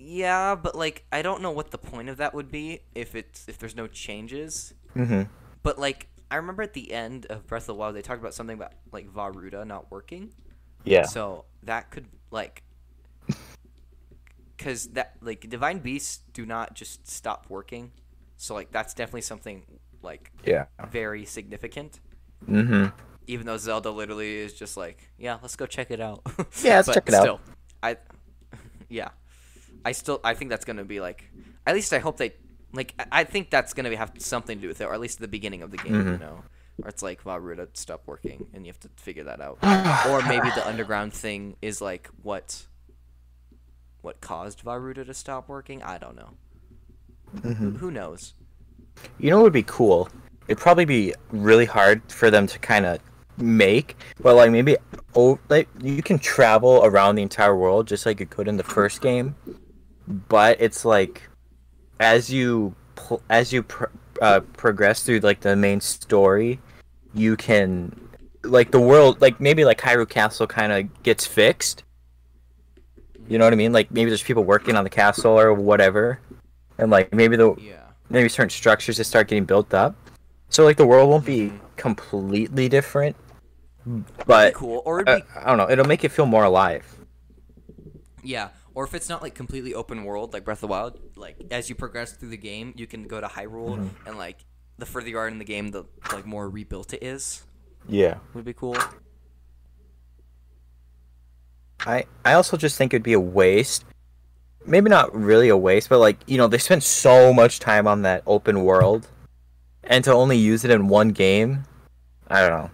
yeah, but like I don't know what the point of that would be if it's if there's no changes.
hmm
But like I remember at the end of Breath of the Wild, they talked about something about like Varuda not working.
Yeah.
So that could like, because that like divine beasts do not just stop working. So like that's definitely something like
yeah.
very significant.
hmm
Even though Zelda literally is just like, yeah, let's go check it out.
(laughs) Yeah, let's
But
check it out.
Still, I, (laughs) yeah, I still I think that's gonna be like, at least I hope they like I- I think that's gonna have something to do with it, or at least the beginning of the game,
Mm-hmm.
you know, where it's like Varuda stopped working and you have to figure that
(sighs)
out, or maybe the underground thing is like what, what caused Varuda to stop working? I don't know.
Mm-hmm.
Who knows?
You know what would be cool? It'd probably be really hard for them to kind of make, but like maybe oh, like you can travel around the entire world just like you could in the first game, but it's like as you pl- as you pr- uh, progress through like the main story, you can like the world like maybe like Hyrule Castle kind of gets fixed. You know what I mean? Like maybe there's people working on the castle or whatever, and like maybe the
Yeah.
maybe certain structures just start getting built up. So like the world won't be completely different, but
cool. Or it'd
uh,
be
I don't know. It'll make it feel more alive.
Yeah, or if it's not like completely open world, like Breath of the Wild, like as you progress through the game, you can go to Hyrule, and like the further you are in the game, the like more rebuilt it is.
Yeah.
Would be cool.
I I also just think it'd be a waste. Maybe not really a waste, but like you know they spent so much time on that open world, and to only use it in one game, I don't know.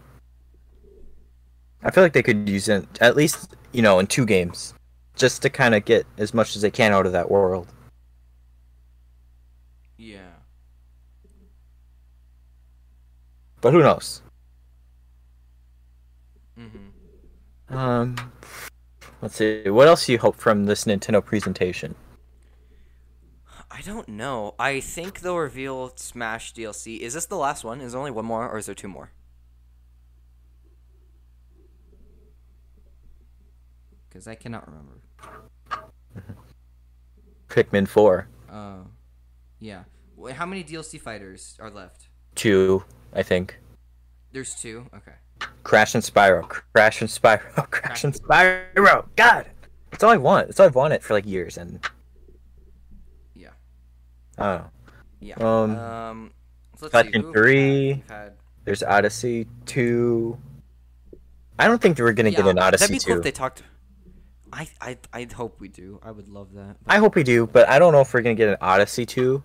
I feel like they could use it at least you know in two games, just to kind of get as much as they can out of that world.
Yeah.
But who knows?
Mhm.
Mm-hmm.
Um, let's see. What else do you hope from this Nintendo presentation?
I don't know. I think they'll reveal Smash DLC. Is this the last one? Is there only one more, or is there two more?
Because I cannot remember.
Pikmin Four,
Uh, yeah. Wait, how many DLC fighters are left?
two, I think.
There's two. Okay.
Crash and Spyro. Crash and Spyro. (laughs) Crash and Spyro. God, that's all I want. That's all I've wanted for like years, and
Yeah.
I don't know.
Yeah.
Um,
Um. So let's see.
Tekken
who have we
three.
had? We've had-
There's Odyssey two. I don't think that we're gonna get
Yeah,
an Odyssey
That'd be cool
two.
if they talked. I I I hope we do. I would love that.
I hope we do, but I don't know if we're gonna get an Odyssey two.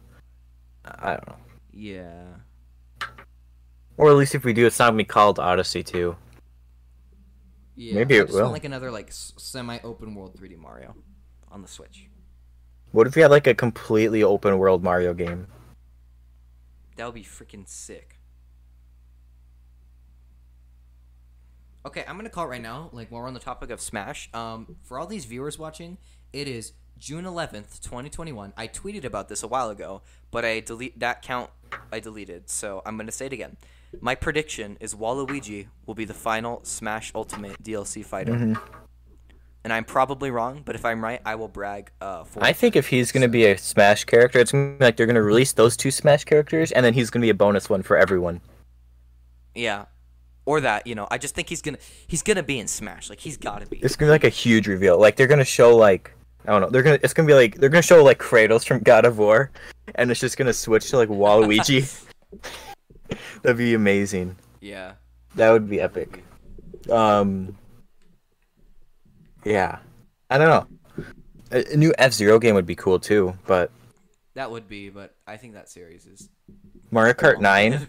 I don't know.
Yeah.
Or at least if we do, it's not gonna be called Odyssey two.
Yeah.
Maybe
I
it
just want,
will.
like another like s- semi-open world 3D Mario.
On the Switch.
What if we had like a completely open world Mario game?
That would be freaking sick.
Okay, I'm gonna call it right now. Like while we're on the topic of Smash, um, for all these viewers watching, it is June 11th, 2021.
I tweeted about this a while ago, but I delete that count. I deleted, so I'm gonna say it again. My prediction is Waluigi will be the final Smash Ultimate DLC fighter, and I'm probably wrong. But if I'm right, I will brag. Uh, for
I think if he's gonna be a Smash character, it's gonna be like they're gonna release those two Smash characters, and then he's gonna be a bonus one for everyone.
yeah, or that you know. I just think he's gonna he's gonna be in Smash. Like he's gotta be.
It's gonna be like a huge reveal. Like they're gonna show like I don't know. They're gonna it's gonna be like they're gonna show like Kratos from God of War, and it's just gonna switch to like Waluigi. That'd be amazing.
Yeah.
That would be epic. Um. Yeah, I don't know. A, a new F Zero game would be cool too, but
That would be, but I think that series is.
Mario Kart Nine.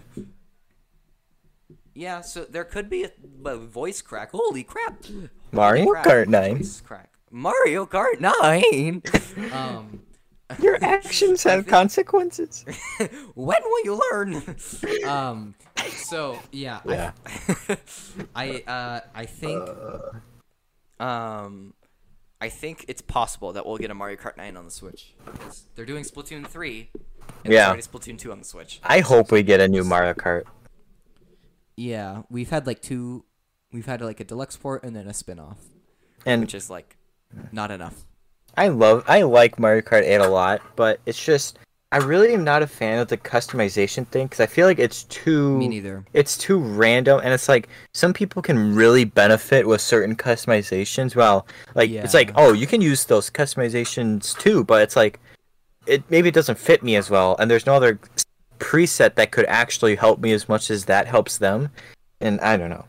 Yeah. So there could be a, a voice crack. Holy crap!
Mario
Crap.
Kart Nine.
Voice crack. Mario Kart (laughs) Nine.
Um,
Your actions have consequences.
when will you learn? (laughs)
um, so yeah,
Yeah.
(laughs)
I, I, uh, I think
Um, I think it's possible that we'll get a Mario Kart 9 on the Switch.
they're doing Splatoon 3.
And
Yeah.
There's already Splatoon 2 on the Switch.
I hope we get a new Mario Kart.
Yeah, we've had like two. We've had like a deluxe port and then a spin off.
And
Which is like,
Not enough.
I love, I like Mario Kart 8 a lot, but it's just, I really am not a fan of the customization thing because I feel like it's too.
Me neither.
It's too random, and it's like some people can really benefit with certain customizations. Well, like it's like,
Yeah.
oh, you can use those customizations too, but it's like, it maybe it doesn't fit me as well, and there's no other preset that could actually help me as much as that helps them, and I don't know,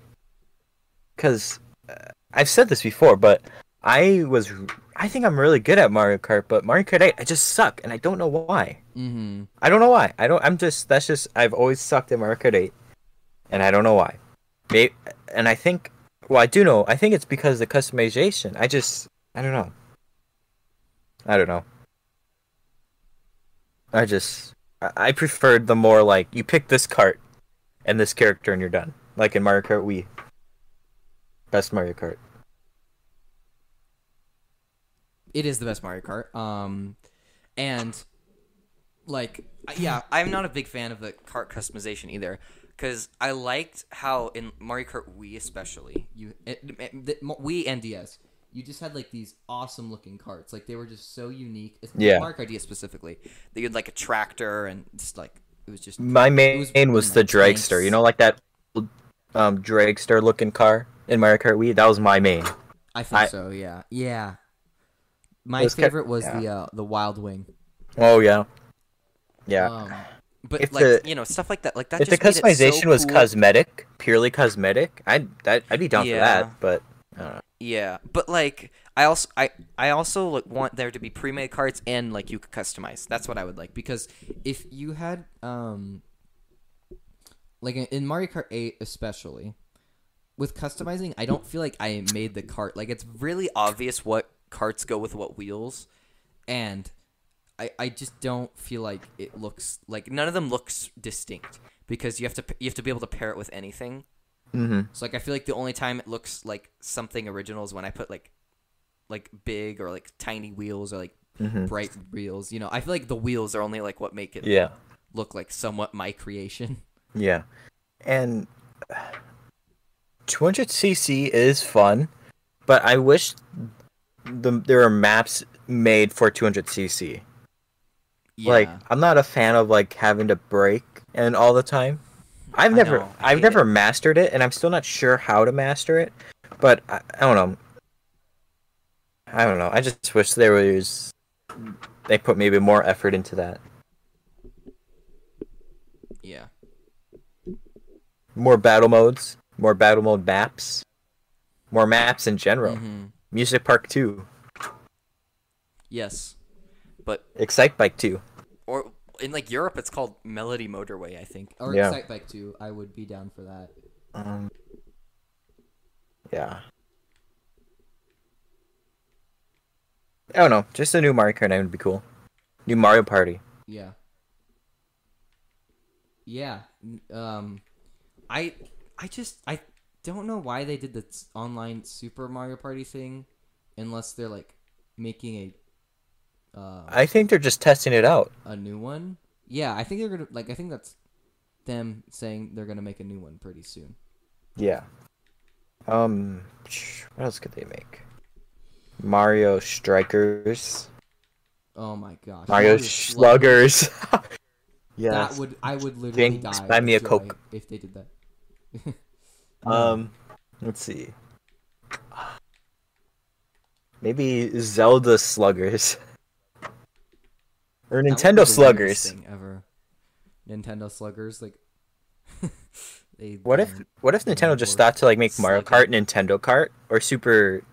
because I've said this before, but I was I think I'm really good at Mario Kart, but Mario Kart 8 I just suck and I don't know why.
Mm-hmm.
I don't know why. I don't I'm just that's just I've always sucked at Mario Kart 8 and I don't know why. Maybe, and I think well I do know. I think it's because of the customization. I just I don't know. I don't know. I just I, I preferred the more like you pick this cart and this character and you're done. Like in Mario Kart Wii. Best Mario Kart.
It is the best Mario Kart. Um, and Like
I- yeah, (laughs) I'm not a big fan of the cart customization either, because I liked how in Mario Kart Wii especially, eh,
you, it, it, the, mo- we and DS, you just had like these awesome looking carts. Like they were just so unique. It's
Yeah.
Mario Kart
idea specifically, that you had like a tractor and just like it was just
My main
was
was,
in,
the
like,
dragster.
tanks.
You know, like that old, um, dragster looking car in Mario Kart Wii. That was my main.
I think
I-
so. Yeah, yeah. My
Those ca-
favorite was
yeah.
the uh, the Wild Wing.
Oh yeah, yeah.
Um,
but
if
like
the-
you know stuff like that like that.
if the
Uh, just made it so
customization was
cool.
cosmetic, purely cosmetic, I'd that, I'd be down
Yeah.
for that. But I don't know.
Yeah, but like I also I I also like, want there to be pre-made carts and like you could customize. That's what I would like because
because if you had um like in- in Mario Kart 8 especially with customizing, I don't feel like I made the cart. Like it's
really obvious what carts go with what wheels.
and I I just don't feel like it looks like
Like none of them looks distinct because you have to you have to be able to pair it with anything.
Mm-hmm.
So like I feel like the only time it looks like something original is when I put like like big or like tiny wheels or like
bright wheels. You know, I feel like the wheels are only like what make it
Mm-hmm. Yeah,
look like somewhat
(laughs)
my creation.
yeah. And 200cc is fun, but I wish the, there were maps made for 200cc.
Yeah.
Like I'm not a fan of like having to break and all the time. I've
I
never
know, I
I've
hate
never mastered it and I'm still not sure how to master it. But I, I don't know. I don't know. I just wish there was they put maybe more effort into that.
yeah.
More battle modes, more battle mode maps, more maps in general.
Mm-hmm.
Music Park 2,
Yes. But
Excite Bike 2.
or in like Europe it's called Melody Motorway, I think.
or
yeah.
Excite Bike 2, I would be down for that.
Um, yeah. I don't know. Just a new Mario Kart name would be cool. New Mario Party.
Yeah. Yeah. n- Um, I I just I don't know why they did this online Super Mario Party thing, unless they're like making a uh,
I think they're just testing it out.
a new one. Yeah, I think they're gonna like I think that's them saying they're gonna make a new one pretty soon.
Yeah. Um, psh, what else could they make? Mario Strikers.
Oh my gosh,
Mario
Slug- (laughs)
Sluggers. yeah.
That would I would literally
Jinx,
die.
buy
of
me a
joy
Coke.
if they did that.
Um, let's see. Maybe Zelda Sluggers. Or
That would be the
Nintendo
weirdest
Sluggers.
thing ever. Nintendo Sluggers, like (laughs) they.
What if
um,
what if
Yeah,
Nintendo just
or
thought to like make Mario
Slugger.
Kart Nintendo Kart or Super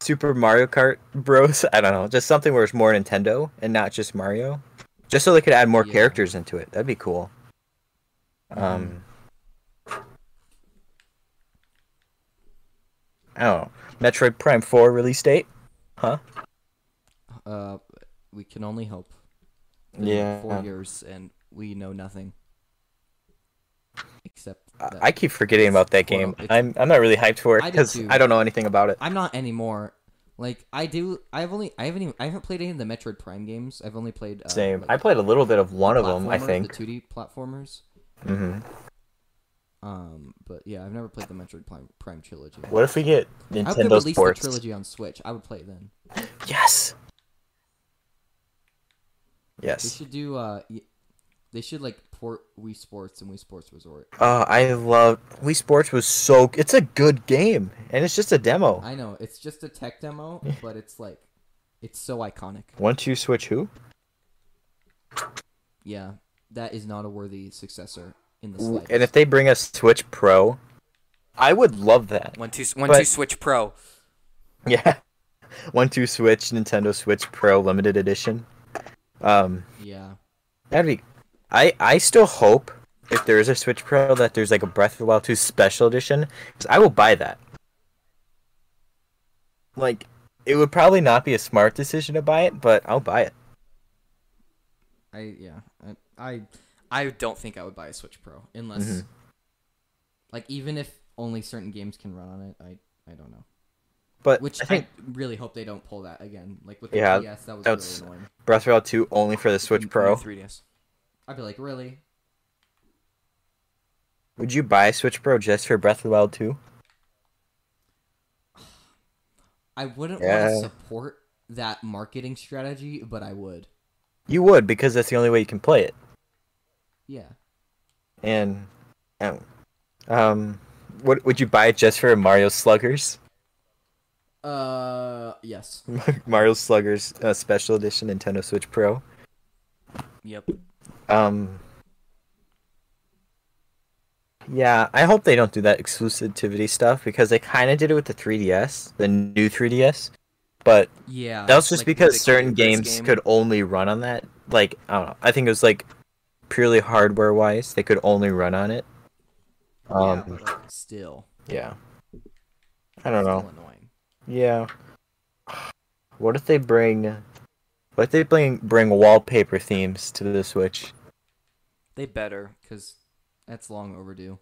Super Mario Kart Bros? (laughs) I don't know, just something where it's more Nintendo and not just Mario, just so they could add more
Yeah.
characters into it. That'd be cool. Um,
Mm-hmm.
oh, Metroid Prime Four release date? Huh?
Uh, we can only hope. Been
Yeah.
Four years and we know nothing. Except that
I keep forgetting about that game.
Well, it's-
I'm I'm not really hyped for it
I did
because
too.
I don't know anything about it.
I'm not anymore. Like I do, I've only, I haven't even, I haven't played any of the Metroid Prime games. I've only played uh,
Same.
like,
I played a little bit of one of them. I
platformer,
think.
the 2D platformers.
hmm
Um, but yeah, I've never played the Metroid Prime, Prime trilogy.
What if we get
I could
Nintendo
release
Sports?
the trilogy on Switch. I would play it then.
Yes.
They
Yes.
should do. Uh, y- they should like port Wii Sports and Wii Sports Resort.
Uh, I love Wii Sports was so it's a good game and it's just a demo.
I know it's just a tech
(laughs)
demo, but it's like, it's so iconic.
Once you switch who?
Yeah, that is not a worthy successor in the slightest.
And if they bring us Switch Pro, I would love that. (laughs)
One two one
But-
two Switch Pro.
Yeah. One two Switch Nintendo Switch Pro limited edition. Um
yeah,
that'd be I I still hope if there is a Switch Pro that there's like a Breath of the Wild 2 special edition 'cause I will buy that. Like it would probably not be a smart decision to buy it, but I'll buy it.
I yeah, I, I
I don't think
think I would buy a Switch Pro unless,
Mm-hmm.
like, even if only certain games can run on it. I I don't know.
But
Which
I
I,
think
really hope they don't pull that again. Like with the
Yeah,
PS, that was
that's-
really annoying. Mm-hmm.
Breath of the Wild 2 only for the Switch Pro.
3DS.
I'd be like, really?
Would you buy a Switch Pro just for Breath of the Wild 2?
I wouldn't
Yeah.
want to support that marketing strategy, but I would.
You would because that's the only way you can play it.
Yeah.
And um, um what would you buy it just for Mario Sluggers? (laughs)
Uh, yes.
Mario Sluggers uh, Special Edition Nintendo Switch Pro.
Yep.
Um Yeah, I hope they don't do that exclusivity stuff because they kind of did it with the 3DS, the new 3DS. But
Yeah.
that was just
Uh, like,
because
ridiculous
certain games
game.
could only run on that. Like I don't know. I think it was like purely hardware wise, they could only run on it.
yeah,
Um,
but, like, still.
yeah. I don't know.
Still annoying.
Yeah. What if they bring? What if they bring bring wallpaper themes to the Switch?
They better.
Because that's long overdue.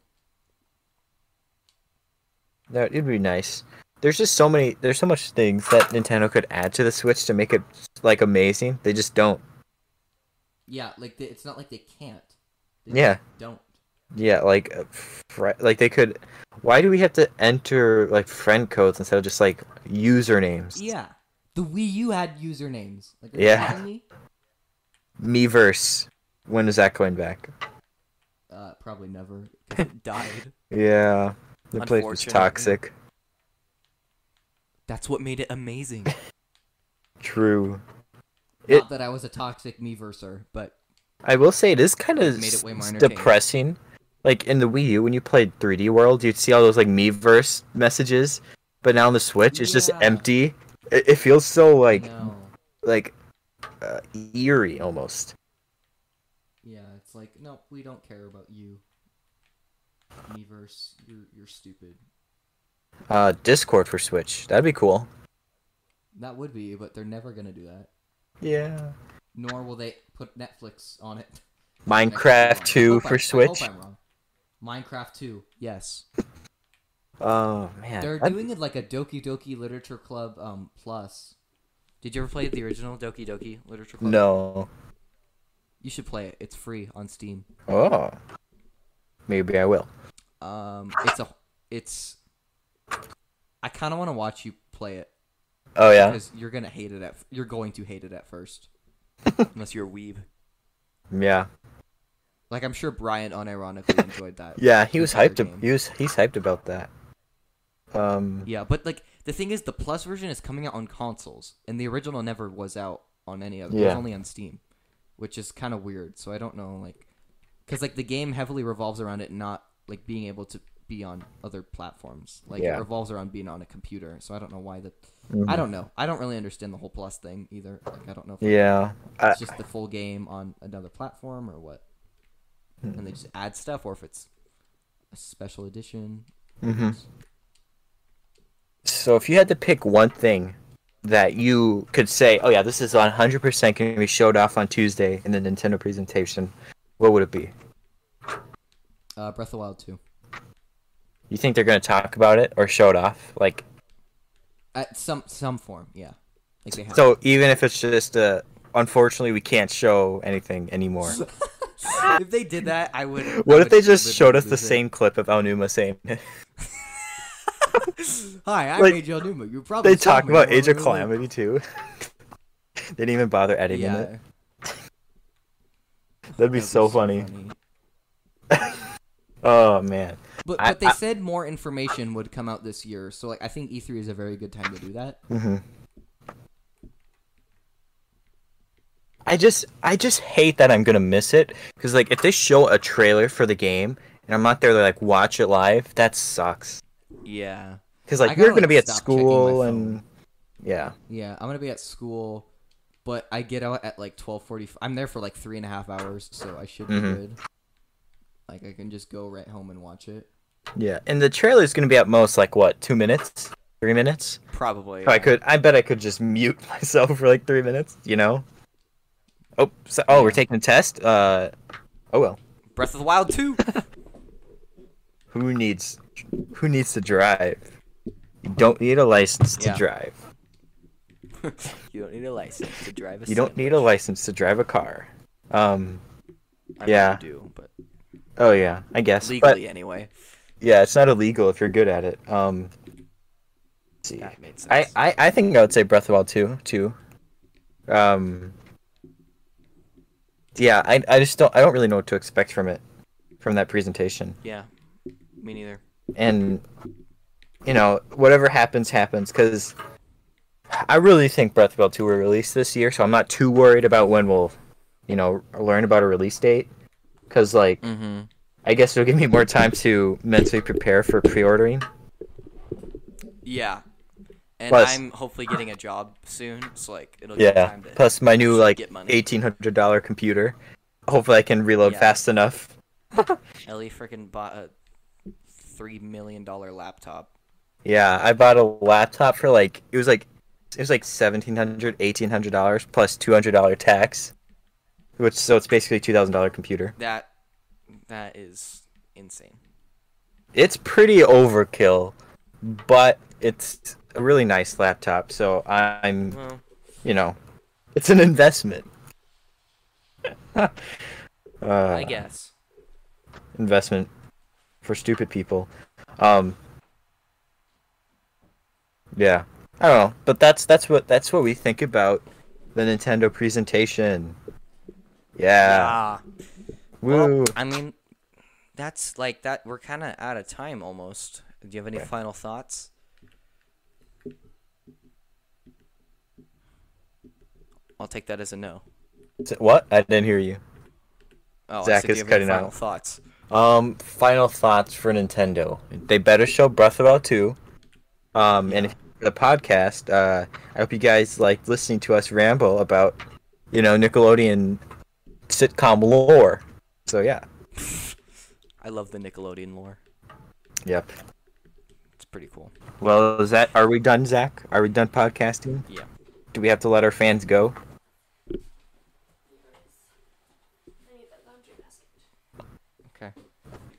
That it'd be nice. There's just so many. There's so much things that Nintendo could add to the Switch to make it like amazing. They just don't.
Yeah, like they, it's not like they can't. They
Yeah.
just Don't.
Yeah, like, uh, fri- like they could. Why do we have to enter like friend codes instead of just like usernames?
Yeah. The Wii U had usernames. Like, are
Yeah.
you kidding me?
Meverse. When is that going back?
Uh, probably never.
(laughs) Died.
Yeah, the place was
Unfortunately.
toxic.
That's what made it amazing.
True. (laughs) It-
Not that I was a toxic Miiverser, but
I will say it is kind of
Made it way more entertaining.
depressing. Like in the Wii U, when you played 3D World, you'd see all those like Meverse messages, but now on the Switch, it's just
Yeah.
empty. It, it feels so like
no.
like uh, eerie almost.
Yeah, it's like no, we don't care about you. Miiverse, you're you're stupid.
Uh, Discord for Switch, that'd be cool.
That would be, but they're never gonna do that.
Yeah.
Nor will they put Netflix on it. I
Minecraft
hope
2
I'm-
for Switch.
I hope I'm wrong. Minecraft 2, yes.
Oh man,
They're
That-
doing it like a Doki Doki Literature Club um plus.
Did you ever play the original Doki Doki Literature Club?
no.
You should play it. It's free on Steam.
Oh, maybe I will.
Um, it's a it's. I kind of want to watch you play it
Oh yeah,
because you're gonna hate it at you're going to hate it at first.
Unless you're a weeb.
yeah,
Like I'm sure Brian unironically enjoyed that.
yeah. He was
entire
hyped. ab-
game.
He was he's hyped about that. Um,
Yeah, but like the thing is, the Plus version is coming out on consoles, and the original never was out on any other. It was
Yeah.
only on Steam, which is kind of weird. So I don't know, like, because like the game heavily revolves around it not like being able to be on other platforms. Like
Yeah. Mm-hmm.
it revolves around being on a computer. So I don't know why the. I don't know. I don't really understand the whole Plus thing either. Like I don't know if
yeah, Uh, I,
it's just the full game on another platform or what,
Hmm.
and they just add stuff, or if it's a special edition.
So if you had to pick one thing that you could say, oh yeah, this is 100% going to be showed off on Tuesday in the Nintendo presentation, what would it be?
Uh, Breath of the Wild two.
You think they're going to talk about it or show it off? Like
At some some form, yeah. Like they have.
so even if it's just a unfortunately we can't show anything anymore.
if they did that, I
(laughs)
would.
What if they just showed us the same clip of Aonuma saying (laughs) it?
Hi, I'm
like,
Angel Numa. You probably
They
saw
talk
me
about
when
Age of
we were-
Calamity too. (laughs) they didn't even bother editing
Yeah,
it. That'd be
that'd
so funny. Oh man.
But
I-
but they
I-
said more information would come out this year, so like I think E3 is a very good time to do that.
I just I just hate that I'm gonna miss it because like if they show a trailer for the game and I'm not there to like watch it live, that sucks.
Yeah.
Because
I
like
gotta,
you're gonna
like,
be at
stop checking my
school
phone.
and yeah,
Yeah, I'm gonna be at school, but I get out at like 12:45. I'm there for like three and a half hours, so I should be
Mm-hmm.
good. Like I can just go right home and watch it.
yeah. And the trailer's gonna be at most like what two minutes, three minutes.
Probably.
So I could I bet I could just (laughs) mute myself for like three minutes. You know. Oh so, oh we're taking a test. Uh oh well.
Breath of the Wild (laughs) 2.
Who needs who needs to drive? You don't need a license to
Yeah.
drive.
(laughs)
you don't need a license to drive a
You don't need a license to drive a car. Um,
I
Yeah.
mean, you do, but
Oh yeah, I guess.
legally anyway.
But yeah, it's not illegal if you're good at it. Um, let's see.
That made sense.
I, I, I think I would say Breath of the Wild 2, too. Um, yeah, I, I just don't I don't really know what to expect from it, from that presentation,
yeah. Me neither.
and you know whatever happens happens because I really think Breath of the Wild 2 will release this year, so I'm not too worried about when we'll, you know, learn about a release date, because like
Mm-hmm.
I guess it'll give me more time to mentally prepare for pre-ordering.
Yeah. And
Plus-
I'm hopefully getting a job soon, so like it'll give me
Yeah.
time to
Plus my new
actually
like
get money.
eighteen hundred dollar computer. Hopefully I can reload
Yeah.
fast enough.
Ellie freaking bought a three million dollar laptop.
Yeah, I bought a laptop for like it was like it was like seventeen hundred, eighteen hundred dollars plus two hundred dollar tax. Which so it's basically two thousand dollar computer.
That that is insane.
It's pretty overkill, but it's a really nice laptop, so I'm
Well,
you know it's an investment. Uh,
I guess.
investment for stupid people. Um, yeah, I don't know, but that's that's what that's what we think about the Nintendo presentation. Yeah,
Ah.
woo.
Well, I mean, that's like that. We're kind of out of time almost. Do you have any final thoughts? I'll take that as a no.
S- What? I didn't hear you.
Oh, I
Zach
said, do you
is
have any
cutting out.
final thoughts.
Um, final thoughts for Nintendo. They better show Breath of the Wild 2. Um, and if, the podcast. Uh, I hope you guys like listening to us ramble about, you know, Nickelodeon sitcom lore. So yeah,
I love the Nickelodeon lore.
yep.
It's pretty cool.
Well, is that are we done, Zach? Are we done podcasting?
Yeah.
Do we have to let our fans go?
Okay.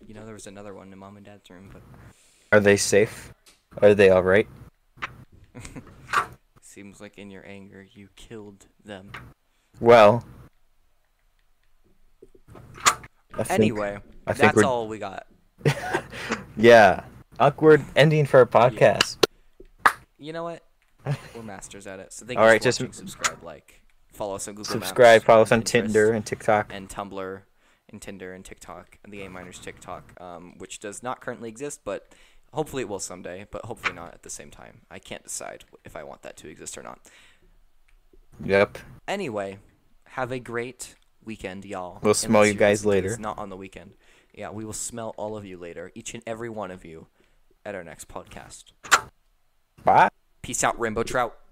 You know, there was another one in mom and dad's room, but it
Are they safe? Are they all right?
seems like in your anger you killed them.
Well, I think-
Anyway,
I think
that's
we're-
all we got.
yeah, awkward ending for a podcast.
You know what? We're masters at it. So thank
All
you
right,
for
just-
watching. subscribe, like, follow us on Google Maps,
Subscribe, follow us on
Pinterest,
Tinder and TikTok.
and Tumblr, and Tinder and TikTok, and the A Miners TikTok, um, which does not currently exist, but hopefully it will someday. But hopefully not at the same time. I can't decide if I want that to exist or not.
Yep.
Anyway, have a great weekend, y'all.
We'll smell
Unless
you guys
listen to this
later.
Not on the weekend. Yeah, we will smell all of you later, each and every one of you, at our next podcast.
Bye.
Peace out, Rainbow Trout.